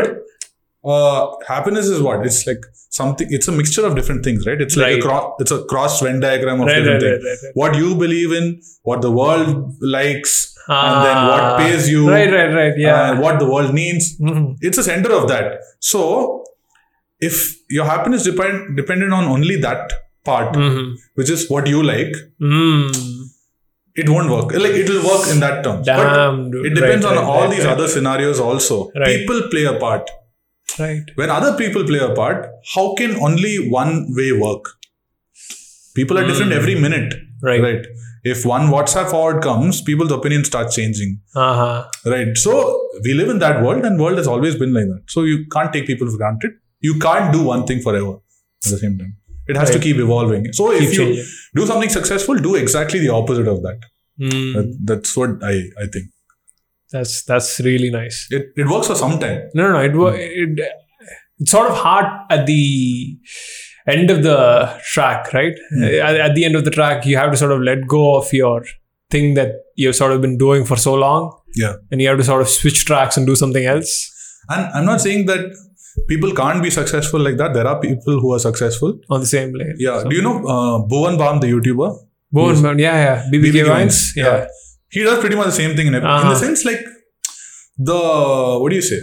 Speaker 2: uh, happiness is what? It's like something. It's a mixture of different things, right? It's like a
Speaker 1: Right.
Speaker 2: cross. It's a cross Venn diagram of
Speaker 1: Right,
Speaker 2: different
Speaker 1: right,
Speaker 2: things.
Speaker 1: right, right, right.
Speaker 2: What you believe in, what the world likes,
Speaker 1: Ah.
Speaker 2: and then what pays you,
Speaker 1: Right, right, right. Yeah.
Speaker 2: and what the world needs.
Speaker 1: Mhm.
Speaker 2: It's a center of that. So, if your happiness depend dependent on only that part,
Speaker 1: Mhm.
Speaker 2: which is what you like,
Speaker 1: Mm.
Speaker 2: it won't work. Like it will work in that terms. But
Speaker 1: Damn, dude.
Speaker 2: it depends
Speaker 1: Right,
Speaker 2: on
Speaker 1: right,
Speaker 2: all
Speaker 1: right,
Speaker 2: these
Speaker 1: right.
Speaker 2: other scenarios also.
Speaker 1: Right.
Speaker 2: People play a part.
Speaker 1: Right.
Speaker 2: when other people play a part, how can only one way work? People are different
Speaker 1: Hmm.
Speaker 2: every minute,
Speaker 1: Right.
Speaker 2: If one WhatsApp forward comes, people's opinions start changing,
Speaker 1: Uh-huh.
Speaker 2: right? So we live in that world, and world has always been like that. So you can't take people for granted. You can't do one thing forever at the same time. It has to
Speaker 1: Right.
Speaker 2: keep evolving. So if
Speaker 1: Keep
Speaker 2: you
Speaker 1: changing.
Speaker 2: do something successful, do exactly the opposite of that.
Speaker 1: Mm.
Speaker 2: That- that's what I, I think.
Speaker 1: That's that's really nice.
Speaker 2: It, it works for some time.
Speaker 1: No, no, no, it
Speaker 2: Hmm.
Speaker 1: was it, it's sort of hard at the end of the track, right?
Speaker 2: Hmm.
Speaker 1: At, at the end of the track, you have to sort of let go of your thing that you've sort of been doing for so long,
Speaker 2: Yeah.
Speaker 1: and you have to sort of switch tracks and do something else.
Speaker 2: And I'm not saying that people can't be successful like that. There are people who are successful.
Speaker 1: on the same lane.
Speaker 2: Yeah. Do you know uh, Bhuvan Baum, the YouTuber?
Speaker 1: Bone Mountain, yeah, yeah. BBK,
Speaker 2: BBK
Speaker 1: Vines,
Speaker 2: Vines,
Speaker 1: yeah.
Speaker 2: yeah. He does pretty much the same thing in, every, in the
Speaker 1: Uh-huh.
Speaker 2: sense like the what do you say?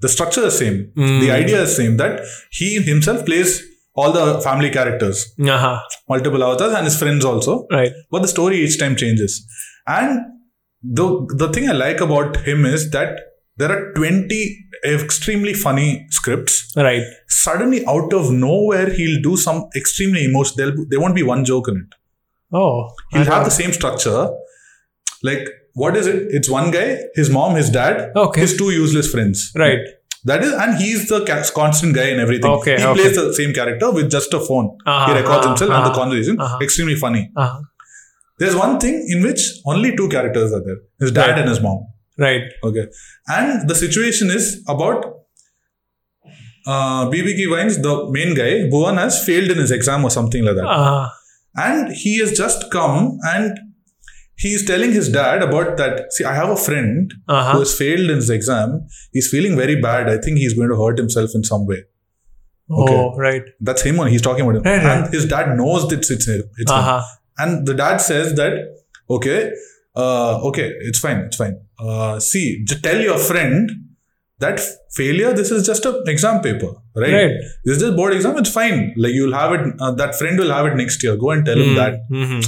Speaker 2: The structure is same.
Speaker 1: Mm.
Speaker 2: The idea is same that he himself plays all the family characters,
Speaker 1: Uh-huh.
Speaker 2: multiple avatars, and his friends also.
Speaker 1: Right.
Speaker 2: But the story each time changes. And the the thing I like about him is that there are twenty extremely funny scripts.
Speaker 1: Right.
Speaker 2: Suddenly, out of nowhere, he'll do some extremely emotional. there'll- There won't be one joke in it.
Speaker 1: Oh. I
Speaker 2: he'll have
Speaker 1: know.
Speaker 2: the same structure. Like, what is it? It's one guy, his mom, his dad,
Speaker 1: Okay.
Speaker 2: his two useless friends.
Speaker 1: Right.
Speaker 2: That is, and he's the ca- constant guy in everything.
Speaker 1: Okay,
Speaker 2: he
Speaker 1: okay.
Speaker 2: plays the same character with just a phone.
Speaker 1: Uh-huh,
Speaker 2: he records
Speaker 1: uh-huh,
Speaker 2: himself and the
Speaker 1: uh-huh,
Speaker 2: conversation.
Speaker 1: uh-huh.
Speaker 2: Extremely funny.
Speaker 1: Uh-huh.
Speaker 2: There's one thing in which only two characters are there his dad
Speaker 1: Right.
Speaker 2: and his mom.
Speaker 1: Right.
Speaker 2: Okay. And the situation is about uh, BBK Vines, the main guy, Bhuvan has failed in his exam or something like that
Speaker 1: Uh,
Speaker 2: and he has just come and he is telling his dad about that see i have a friend who
Speaker 1: uh-huh.
Speaker 2: has failed in his exam he's feeling very bad i think he's going to hurt himself in some way
Speaker 1: Oh, right.
Speaker 2: that's him or he's talking about him
Speaker 1: Right, right.
Speaker 2: and his dad knows that it's, it's him it's him.
Speaker 1: Uh-huh.
Speaker 2: and the dad says that okay uh, okay, it's fine, it's fine. Uh, see, just tell your friend that f- failure, this is just an exam paper, right?
Speaker 1: Right.
Speaker 2: This is just board exam, it's fine. Like you'll have it, uh, that friend will have it next year. Go and tell him that.
Speaker 1: Mhm.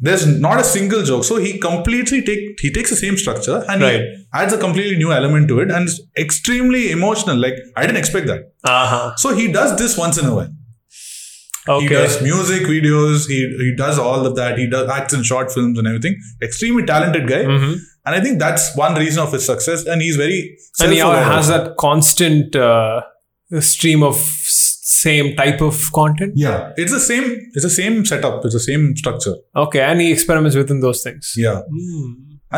Speaker 2: There's not a single joke. So he completely take he takes the same structure and
Speaker 1: Right.
Speaker 2: he adds a completely new element to it and it's extremely emotional. Like I didn't expect that.
Speaker 1: Uh-huh.
Speaker 2: So he does this once in a while. He
Speaker 1: Okay.
Speaker 2: does music videos. He he does all of that. He does acts in short films and everything. Extremely talented guy,
Speaker 1: Mhm.
Speaker 2: and I think that's one reason of his success. And he's very
Speaker 1: and he
Speaker 2: self-aware.
Speaker 1: has that constant uh, stream of s- same type of content
Speaker 2: yeah. It's the same. It's the same setup. It's the same structure.
Speaker 1: okay and he experiments within those things
Speaker 2: Yeah,
Speaker 1: Hmm.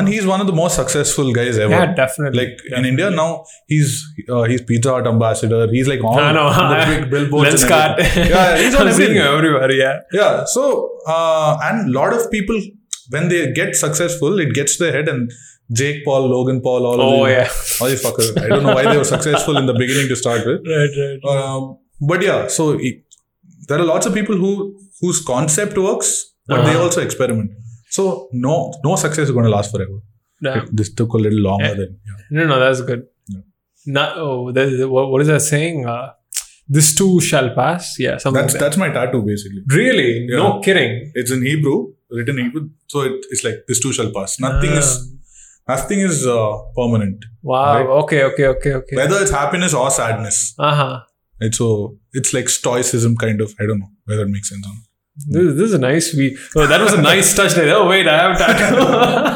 Speaker 2: and he's one of the most successful guys ever.
Speaker 1: yeah definitely
Speaker 2: Like in India now, he's uh, he's Pizza Hut ambassador. He's like on
Speaker 1: I know. [laughs]
Speaker 2: the big billboards.
Speaker 1: Lens
Speaker 2: and
Speaker 1: card.
Speaker 2: everything.
Speaker 1: [laughs]
Speaker 2: Yeah, he's on
Speaker 1: I'm seeing
Speaker 2: everything.
Speaker 1: him everywhere. Yeah.
Speaker 2: Yeah. So, uh, and lot of people, when they get successful, it gets their head and Jake Paul, Logan Paul, all
Speaker 1: Oh
Speaker 2: of these,
Speaker 1: yeah.
Speaker 2: [laughs] all these fuckers. I don't know why they were successful in the beginning to start with.
Speaker 1: Right. Right.
Speaker 2: Um, but yeah, so it- there are lots of people who whose concept works, but they
Speaker 1: Uh-huh.
Speaker 2: also experiment. So no, no success is going to last forever.
Speaker 1: Damn.
Speaker 2: It- this took a little longer than. Yeah.
Speaker 1: No, no, that's good.
Speaker 2: Yeah.
Speaker 1: Not. Oh, that, that- what, what is that saying? Uh, this too shall pass. Yeah. Something.
Speaker 2: That's
Speaker 1: like that.
Speaker 2: that's my tattoo basically.
Speaker 1: Really?
Speaker 2: Yeah.
Speaker 1: No kidding.
Speaker 2: It's in Hebrew, written in Hebrew. So it, it's like this too shall pass. Nothing is
Speaker 1: Ah.
Speaker 2: nothing is uh, permanent.
Speaker 1: Wow.
Speaker 2: right?
Speaker 1: Okay. Okay. Okay. Okay.
Speaker 2: whether it's happiness or sadness.
Speaker 1: Uh huh.
Speaker 2: It's so it's like stoicism kind of. I don't know whether it makes sense or not.
Speaker 1: This, this is a nice we. Oh, that was a nice touch there. Oh wait, I have tattoo.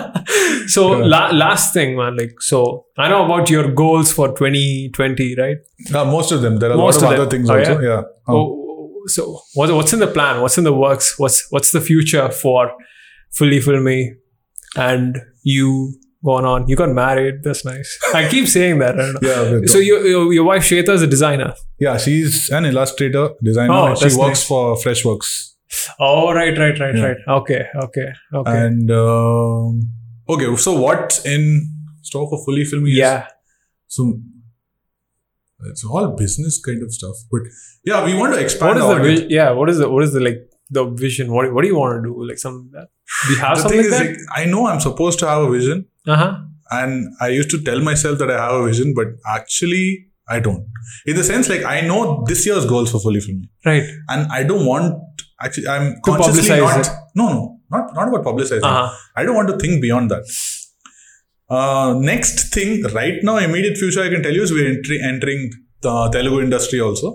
Speaker 1: [laughs] so
Speaker 2: Yeah.
Speaker 1: la- last thing, man. Like so, I know about your goals for 2020, right?
Speaker 2: Uh, most of them. There are a
Speaker 1: Most
Speaker 2: lot of,
Speaker 1: of them.
Speaker 2: other things
Speaker 1: Oh,
Speaker 2: also. Yeah. Oh.
Speaker 1: Oh, so what, what's in the plan? What's in the works? What's what's the future for Fully Fill Me and you going on? You got married. That's nice. I keep saying that. I don't know.
Speaker 2: Yeah. with-
Speaker 1: So your, your your wife Shweta is a designer.
Speaker 2: yeah. She's an illustrator designer.
Speaker 1: Oh,
Speaker 2: and she
Speaker 1: that's
Speaker 2: works
Speaker 1: nice.
Speaker 2: for Freshworks.
Speaker 1: Oh right, right, right,
Speaker 2: Yeah.
Speaker 1: right. Okay, okay, okay.
Speaker 2: And um, okay, so what's in store for fully filming? is-
Speaker 1: yeah.
Speaker 2: So it's all business kind of stuff. But yeah, we want to
Speaker 1: What
Speaker 2: expand.
Speaker 1: is
Speaker 2: our
Speaker 1: the
Speaker 2: audience.
Speaker 1: vi- yeah? What is the what is the like the vision? What what do you want to do? Like some do you have
Speaker 2: The
Speaker 1: something
Speaker 2: thing
Speaker 1: like
Speaker 2: is,
Speaker 1: that?
Speaker 2: like, I know I'm supposed to have a vision,
Speaker 1: uh huh.
Speaker 2: and i used to tell myself that i have a vision but actually i don't in the sense like i know this year's goals for fully filming
Speaker 1: Right.
Speaker 2: and i don't want actually i'm consciously
Speaker 1: publicize
Speaker 2: not
Speaker 1: it.
Speaker 2: no no not not about publicizing
Speaker 1: Uh huh.
Speaker 2: i don't want to think beyond that uh, next thing right now immediate future i can tell you is we're entry, entering the telugu industry also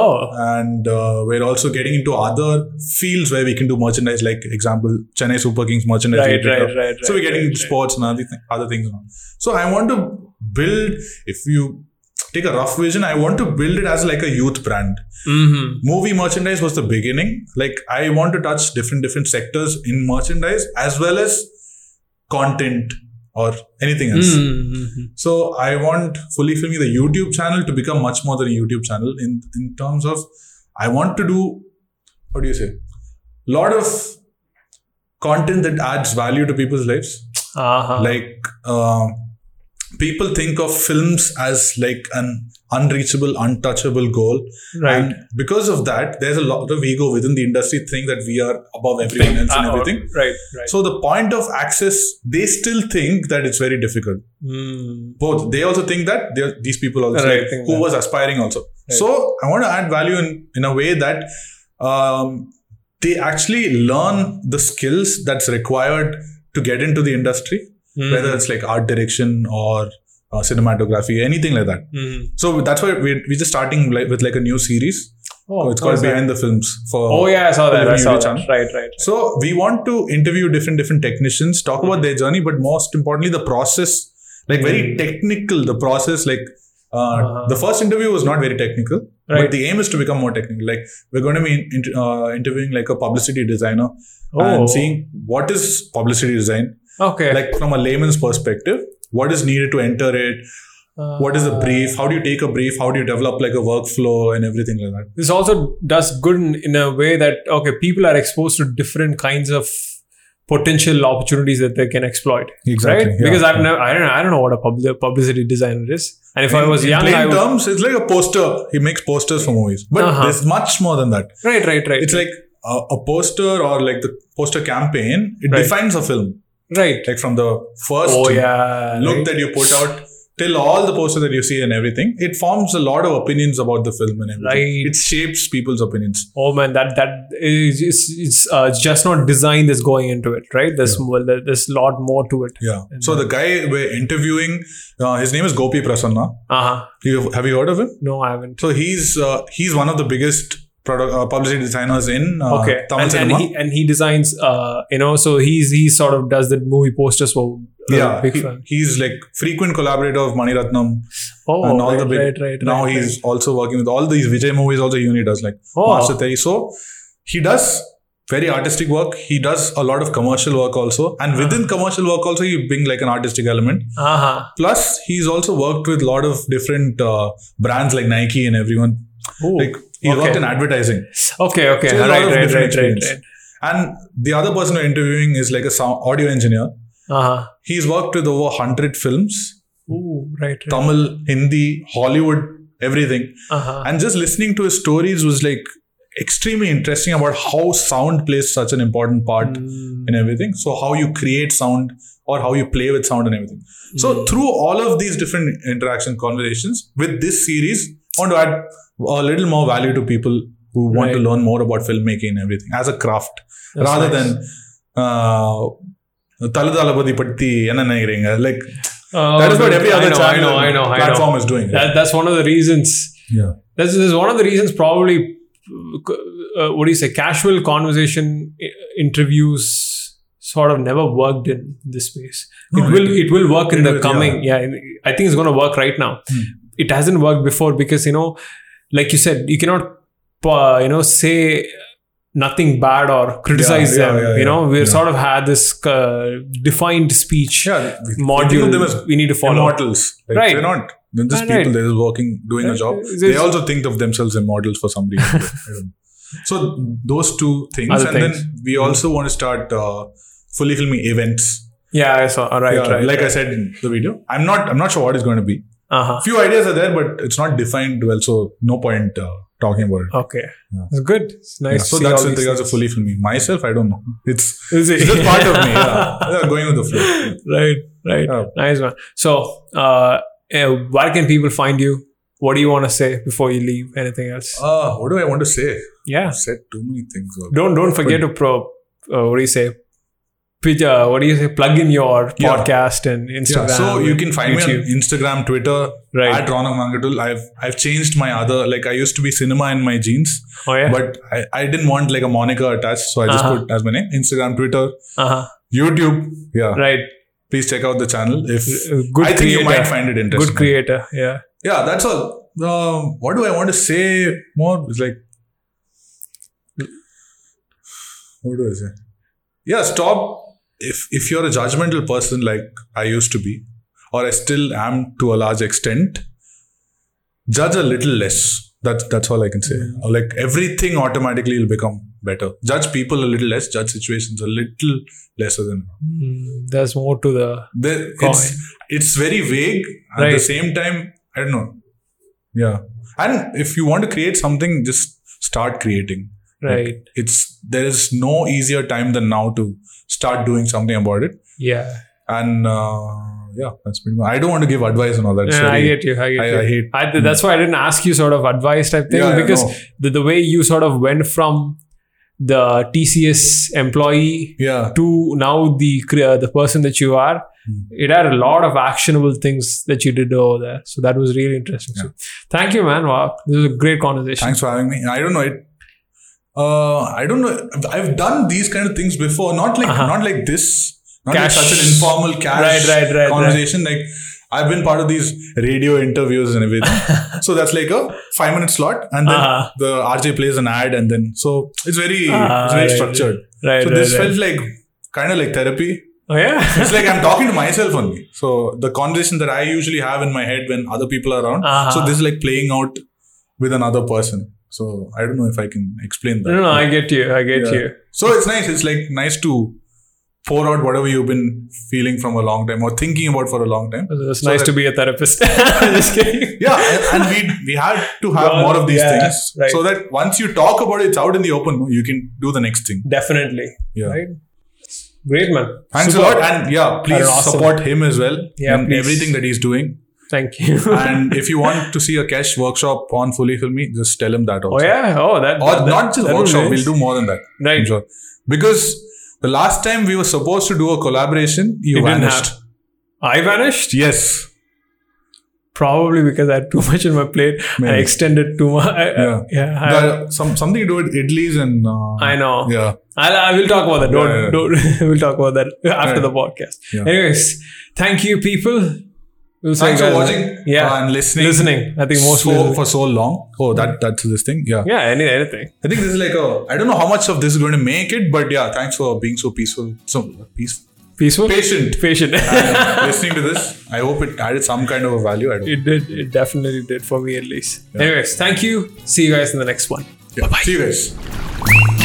Speaker 1: Oh.
Speaker 2: and uh, we're also getting into other fields where we can do merchandise like example chennai super kings merchandise
Speaker 1: Right.
Speaker 2: related
Speaker 1: Right.
Speaker 2: stuff.
Speaker 1: Right. Right.
Speaker 2: So we're getting
Speaker 1: right,
Speaker 2: into sports and other, th- other things. and all. So I want to build, if you take a rough vision, I want to build it as like a youth brand.
Speaker 1: Right. Mm-hmm.
Speaker 2: Movie merchandise was the beginning. Like I want to touch different different sectors in merchandise as well as content or anything else.
Speaker 1: Mm-hmm.
Speaker 2: So I want fully filming the YouTube channel to become much more than a YouTube channel in in terms of I want to do what do you say? Lot of content that adds value to people's lives
Speaker 1: Uh huh.
Speaker 2: like um people think of films as like an unreachable untouchable goal
Speaker 1: right.
Speaker 2: and because of that there's a lot of ego within the industry think that we are above everyone else and
Speaker 1: Uh,
Speaker 2: everything
Speaker 1: or- Right, right.
Speaker 2: so the point of access they still think that it's very difficult
Speaker 1: Mm.
Speaker 2: both they also think that they're- these people also
Speaker 1: Right,
Speaker 2: like,
Speaker 1: think
Speaker 2: who
Speaker 1: that.
Speaker 2: was aspiring also
Speaker 1: Right.
Speaker 2: so i want to add value in in a way that um, they actually learn the skills that's required to get into the industry
Speaker 1: Mm.
Speaker 2: whether it's like art direction or uh, cinematography, anything like that.
Speaker 1: Mm.
Speaker 2: So that's why we're, we're just starting like, with like a new series.
Speaker 1: Oh,
Speaker 2: it's called
Speaker 1: how's that?
Speaker 2: Behind the Films. For
Speaker 1: Oh yeah, I saw that. I
Speaker 2: Television
Speaker 1: saw
Speaker 2: channel.
Speaker 1: that. Right, right. right.
Speaker 2: So we want to interview different different technicians, talk about their journey, but most importantly the process, like very technical. The process, like uh,
Speaker 1: Hmm. Uh-huh.
Speaker 2: the first interview was not very technical,
Speaker 1: Right.
Speaker 2: but the aim is to become more technical. Like we're going to be in, int- uh, interviewing like a publicity designer
Speaker 1: Oh,
Speaker 2: and seeing what is publicity design,
Speaker 1: okay.
Speaker 2: like from a layman's perspective, what is needed to enter it,
Speaker 1: Uh,
Speaker 2: what is a brief how do you take a brief how do you develop like a workflow and everything like that
Speaker 1: This also does good in, in a way that okay, people are exposed to different kinds of potential opportunities that they can exploit. right? Because I've never, I don't, I don't know what a public, publicity designer is, and if I was
Speaker 2: in
Speaker 1: young,
Speaker 2: plain
Speaker 1: I would.
Speaker 2: terms it's like a poster he makes posters for movies but
Speaker 1: Uh-huh.
Speaker 2: there's much more than that
Speaker 1: Right, right, right.
Speaker 2: it's like a, a poster or like the poster campaign it
Speaker 1: Right.
Speaker 2: defines a film
Speaker 1: Right.
Speaker 2: like from the first
Speaker 1: oh yeah.
Speaker 2: look
Speaker 1: right.
Speaker 2: that you put out till all the posters that you see and everything it forms a lot of opinions about the film and everything
Speaker 1: Right.
Speaker 2: it shapes people's opinions
Speaker 1: Oh man, that that is it's, it's uh, just not design that's going into it, right? There's well, there- there's a lot more to it.
Speaker 2: yeah so the guy we're interviewing uh, his name is gopi prasanna
Speaker 1: Uh huh.
Speaker 2: you, have you heard of him
Speaker 1: No, I haven't.
Speaker 2: so he's uh, he's one of the biggest product, uh, publicity designers in uh,
Speaker 1: okay,
Speaker 2: tamil
Speaker 1: and,
Speaker 2: cinema
Speaker 1: and he and he designs, uh, you know, so he's he sort of does the movie posters for uh,
Speaker 2: yeah
Speaker 1: big
Speaker 2: he-
Speaker 1: fan.
Speaker 2: he's like frequent collaborator of mani ratnam
Speaker 1: Oh,
Speaker 2: and all
Speaker 1: right,
Speaker 2: the big
Speaker 1: right, right,
Speaker 2: now
Speaker 1: right,
Speaker 2: he's
Speaker 1: right.
Speaker 2: also working with all these vijay movies also he only does like
Speaker 1: oh,
Speaker 2: Master Teri. So he does very artistic work. He does a lot of commercial work also.
Speaker 1: Hmm.
Speaker 2: And within commercial work also, he bring like an artistic element.
Speaker 1: uh huh.
Speaker 2: Plus, he's also worked with a lot of different uh, brands like Nike and everyone. Like he
Speaker 1: Oh, okay.
Speaker 2: worked in advertising.
Speaker 1: Okay, okay,
Speaker 2: So there's a lot
Speaker 1: right,
Speaker 2: of
Speaker 1: right,
Speaker 2: different
Speaker 1: right, right,
Speaker 2: experience.
Speaker 1: right.
Speaker 2: And the other person we're interviewing is like a sound audio engineer.
Speaker 1: Uh
Speaker 2: He's worked with over 100 films,
Speaker 1: huh. Ooh, right, right.
Speaker 2: Tamil, Hindi, Hollywood, everything.
Speaker 1: Uh huh.
Speaker 2: And just listening to his stories was like extremely interesting about how sound plays such an important part
Speaker 1: Hmm. Mm.
Speaker 2: and everything. So how you create sound or how you play with sound and everything.
Speaker 1: Hmm. Mm.
Speaker 2: So through all of these different interaction conversations with this series, I want to add a little more value to people who want to
Speaker 1: Right.
Speaker 2: learn more about filmmaking and everything as a craft
Speaker 1: That's
Speaker 2: rather
Speaker 1: nice.
Speaker 2: than. Uh, தலதாளபதி பத்தி என்ன நினைக்கிறீங்க like
Speaker 1: Uh,
Speaker 2: that is what every
Speaker 1: I
Speaker 2: other
Speaker 1: know, I
Speaker 2: channel
Speaker 1: know, I know, I know.
Speaker 2: Platform is doing
Speaker 1: That, that's one of the reasons.
Speaker 2: Yeah.
Speaker 1: That's, that's one of the reasons probably. Uh, what do you say? Casual conversation i- interviews sort of never worked in this space.
Speaker 2: No,
Speaker 1: it will
Speaker 2: it-
Speaker 1: it, will work in
Speaker 2: it
Speaker 1: the
Speaker 2: will,
Speaker 1: coming. Yeah. I think it's going to work right now.
Speaker 2: Hmm.
Speaker 1: It hasn't worked before because you know, like you said, you cannot uh, you know say nothing bad or criticize
Speaker 2: yeah,
Speaker 1: them.
Speaker 2: yeah,
Speaker 1: you
Speaker 2: yeah.
Speaker 1: know, we're
Speaker 2: Yeah.
Speaker 1: sort of had this uh, defined speech
Speaker 2: yeah
Speaker 1: module.
Speaker 2: them as
Speaker 1: we need to follow.
Speaker 2: immortals like,
Speaker 1: Right.
Speaker 2: they're not they're just
Speaker 1: Ah,
Speaker 2: people
Speaker 1: right.
Speaker 2: they're just working doing a
Speaker 1: Right.
Speaker 2: job
Speaker 1: It's-
Speaker 2: they
Speaker 1: it's-
Speaker 2: also think of themselves immortals for some reason I
Speaker 1: [laughs]
Speaker 2: don't know. so those two things
Speaker 1: Other
Speaker 2: and
Speaker 1: things. Mm-hmm.
Speaker 2: then we also want to start uh, fully filming events
Speaker 1: Yeah, I saw. Right,
Speaker 2: Yeah,
Speaker 1: right.
Speaker 2: like i said in the video i'm not i'm not sure what it's going to be
Speaker 1: uh huh.
Speaker 2: few ideas are there but it's not defined well so no point uh, talking about it
Speaker 1: Okay.
Speaker 2: Yeah.
Speaker 1: It's good. It's nice.
Speaker 2: Yeah,
Speaker 1: to
Speaker 2: so
Speaker 1: see
Speaker 2: that's
Speaker 1: all
Speaker 2: with
Speaker 1: these
Speaker 2: regards to
Speaker 1: things.
Speaker 2: fully filming myself i don't know
Speaker 1: [laughs]
Speaker 2: it's
Speaker 1: Is it?
Speaker 2: it's just part of me
Speaker 1: [laughs]
Speaker 2: yeah. Yeah, going with the flow
Speaker 1: Right, right.
Speaker 2: Yeah.
Speaker 1: Nice one. So, uh, eh, where can people find you? What do you want to say before you leave? Anything else?
Speaker 2: uh, what do i want to say
Speaker 1: yeah.
Speaker 2: i've said too many things already.
Speaker 1: Don't don't forget to pro. Uh, what do you say? Pitch, uh, what do you say? Plug in your
Speaker 2: Yeah.
Speaker 1: podcast and Instagram.
Speaker 2: Yeah, so you can find
Speaker 1: YouTube.
Speaker 2: me on Instagram, Twitter,
Speaker 1: Right.
Speaker 2: at Ronak Mangatul. I've I've changed my other like I used to be cinema in my jeans,
Speaker 1: Oh yeah.
Speaker 2: but I, I didn't want like a moniker attached, so I just
Speaker 1: Uh-huh.
Speaker 2: put as my name. Instagram, Twitter,
Speaker 1: uh-huh.
Speaker 2: YouTube. Yeah.
Speaker 1: Right.
Speaker 2: Please check out the channel if
Speaker 1: Uh, Good
Speaker 2: I think
Speaker 1: creator.
Speaker 2: you might find it interesting.
Speaker 1: good creator. Yeah.
Speaker 2: Yeah, that's all. Um, what do I want to say more? It's like what do I say? Yeah, stop. If if you're a judgmental person like I used to be, or I still am to a large extent, judge a little less. That's that's all I can say. Or Like everything automatically will become better. Judge people a little less. Judge situations a little lesser than
Speaker 1: Mm, there's more to the
Speaker 2: the,
Speaker 1: Coin.
Speaker 2: Hmm. it's it's very vague at the
Speaker 1: Right.
Speaker 2: same time i don't know yeah and if you want to create something just start creating
Speaker 1: right.
Speaker 2: it's there is no easier time than now to start doing something about it
Speaker 1: yeah.
Speaker 2: and uh, yeah that's pretty much i don't want to give advice and all that
Speaker 1: Yeah,
Speaker 2: sorry.
Speaker 1: I get you. I get
Speaker 2: I-
Speaker 1: you.
Speaker 2: I hate-
Speaker 1: I, th- that's why I didn't ask you sort of advice type thing
Speaker 2: Yeah, yeah,
Speaker 1: because
Speaker 2: no.
Speaker 1: the, the way you sort of went from the TCS employee
Speaker 2: yeah
Speaker 1: to now the cre- uh, the person that you are,
Speaker 2: Hmm.
Speaker 1: it had a lot of actionable things that you did over there. So that was really interesting. So thank you, man. Wow, this was a great conversation.
Speaker 2: thanks for having me i don't know it uh, I don't know. I've done these kind of things before. Not like
Speaker 1: Uh-huh.
Speaker 2: not like this. Not
Speaker 1: Cash.
Speaker 2: like such an informal cash
Speaker 1: Right, right, right, right.
Speaker 2: conversation. Like I've been part of these radio interviews and everything.
Speaker 1: [laughs]
Speaker 2: so that's like a five minute slot, and then
Speaker 1: Uh-huh.
Speaker 2: the RJ plays an ad, and then so it's very
Speaker 1: Ah,
Speaker 2: it's very
Speaker 1: right.
Speaker 2: structured.
Speaker 1: Right,
Speaker 2: So
Speaker 1: right,
Speaker 2: this
Speaker 1: right.
Speaker 2: felt like kind of like therapy.
Speaker 1: oh yeah.
Speaker 2: It's like I'm talking to myself only. So the conversation that I usually have in my head when other people are around.
Speaker 1: Uh-huh.
Speaker 2: So this is like playing out with another person. So I don't know if I can explain that.
Speaker 1: no, no, I get you. I get
Speaker 2: Yeah.
Speaker 1: you.
Speaker 2: So it's nice. It's like nice to pour out whatever you've been feeling from a long time or thinking about for a long time.
Speaker 1: It's
Speaker 2: So
Speaker 1: nice
Speaker 2: that-
Speaker 1: to be a therapist. [laughs] Just kidding.
Speaker 2: Yeah, and- and we we had to have
Speaker 1: Well,
Speaker 2: more of these
Speaker 1: yeah,
Speaker 2: things
Speaker 1: right.
Speaker 2: so that once you talk about it, it's out in the open. You can do the next thing.
Speaker 1: Definitely.
Speaker 2: Yeah.
Speaker 1: Right. Great man.
Speaker 2: Thanks
Speaker 1: Super.
Speaker 2: a lot. And yeah, please
Speaker 1: awesome.
Speaker 2: support him as well
Speaker 1: Yeah,
Speaker 2: in
Speaker 1: please.
Speaker 2: everything that he's doing.
Speaker 1: Thank you.
Speaker 2: [laughs] And if you want to see a cash workshop on Fully Filmy, just tell him that also.
Speaker 1: oh yeah. Oh that.
Speaker 2: Or
Speaker 1: that-
Speaker 2: not
Speaker 1: that
Speaker 2: just
Speaker 1: would be
Speaker 2: workshop,
Speaker 1: nice.
Speaker 2: we'll do more than that. I'm
Speaker 1: Right.
Speaker 2: sure. Because the last time we were supposed to do a collaboration, you
Speaker 1: It didn't
Speaker 2: vanished.
Speaker 1: happen. I vanished.
Speaker 2: Yes.
Speaker 1: Probably because I had too much on my plate. I
Speaker 2: Maybe.
Speaker 1: extended too much. I,
Speaker 2: Yeah.
Speaker 1: yeah. Yeah. I,
Speaker 2: The- some, something to do with Idlis and. Uh,
Speaker 1: I know.
Speaker 2: Yeah.
Speaker 1: I'll, I will talk about that. Don't,
Speaker 2: Yeah, yeah.
Speaker 1: don't. [laughs] we'll talk about that after
Speaker 2: Yeah.
Speaker 1: the podcast.
Speaker 2: Yeah.
Speaker 1: Anyways, thank you, people. We'll see
Speaker 2: Thanks
Speaker 1: you
Speaker 2: for
Speaker 1: guys-
Speaker 2: watching
Speaker 1: Yeah,
Speaker 2: and listening.
Speaker 1: listening. I think
Speaker 2: so,
Speaker 1: mostly. listening.
Speaker 2: for so long. Oh, that that's this thing. Yeah.
Speaker 1: yeah, any anything.
Speaker 2: I think this is like a. I don't know how much of this is going to make it, but yeah, thanks for being so peaceful, so peaceful,
Speaker 1: [laughs] Peaceful,
Speaker 2: patient, [laughs]
Speaker 1: patient.
Speaker 2: and listening to this. I hope it added some kind of a value. I don't.
Speaker 1: it did. It definitely did for me at least. Anyways, thank you. See you guys in the next one.
Speaker 2: Yeah. See you guys.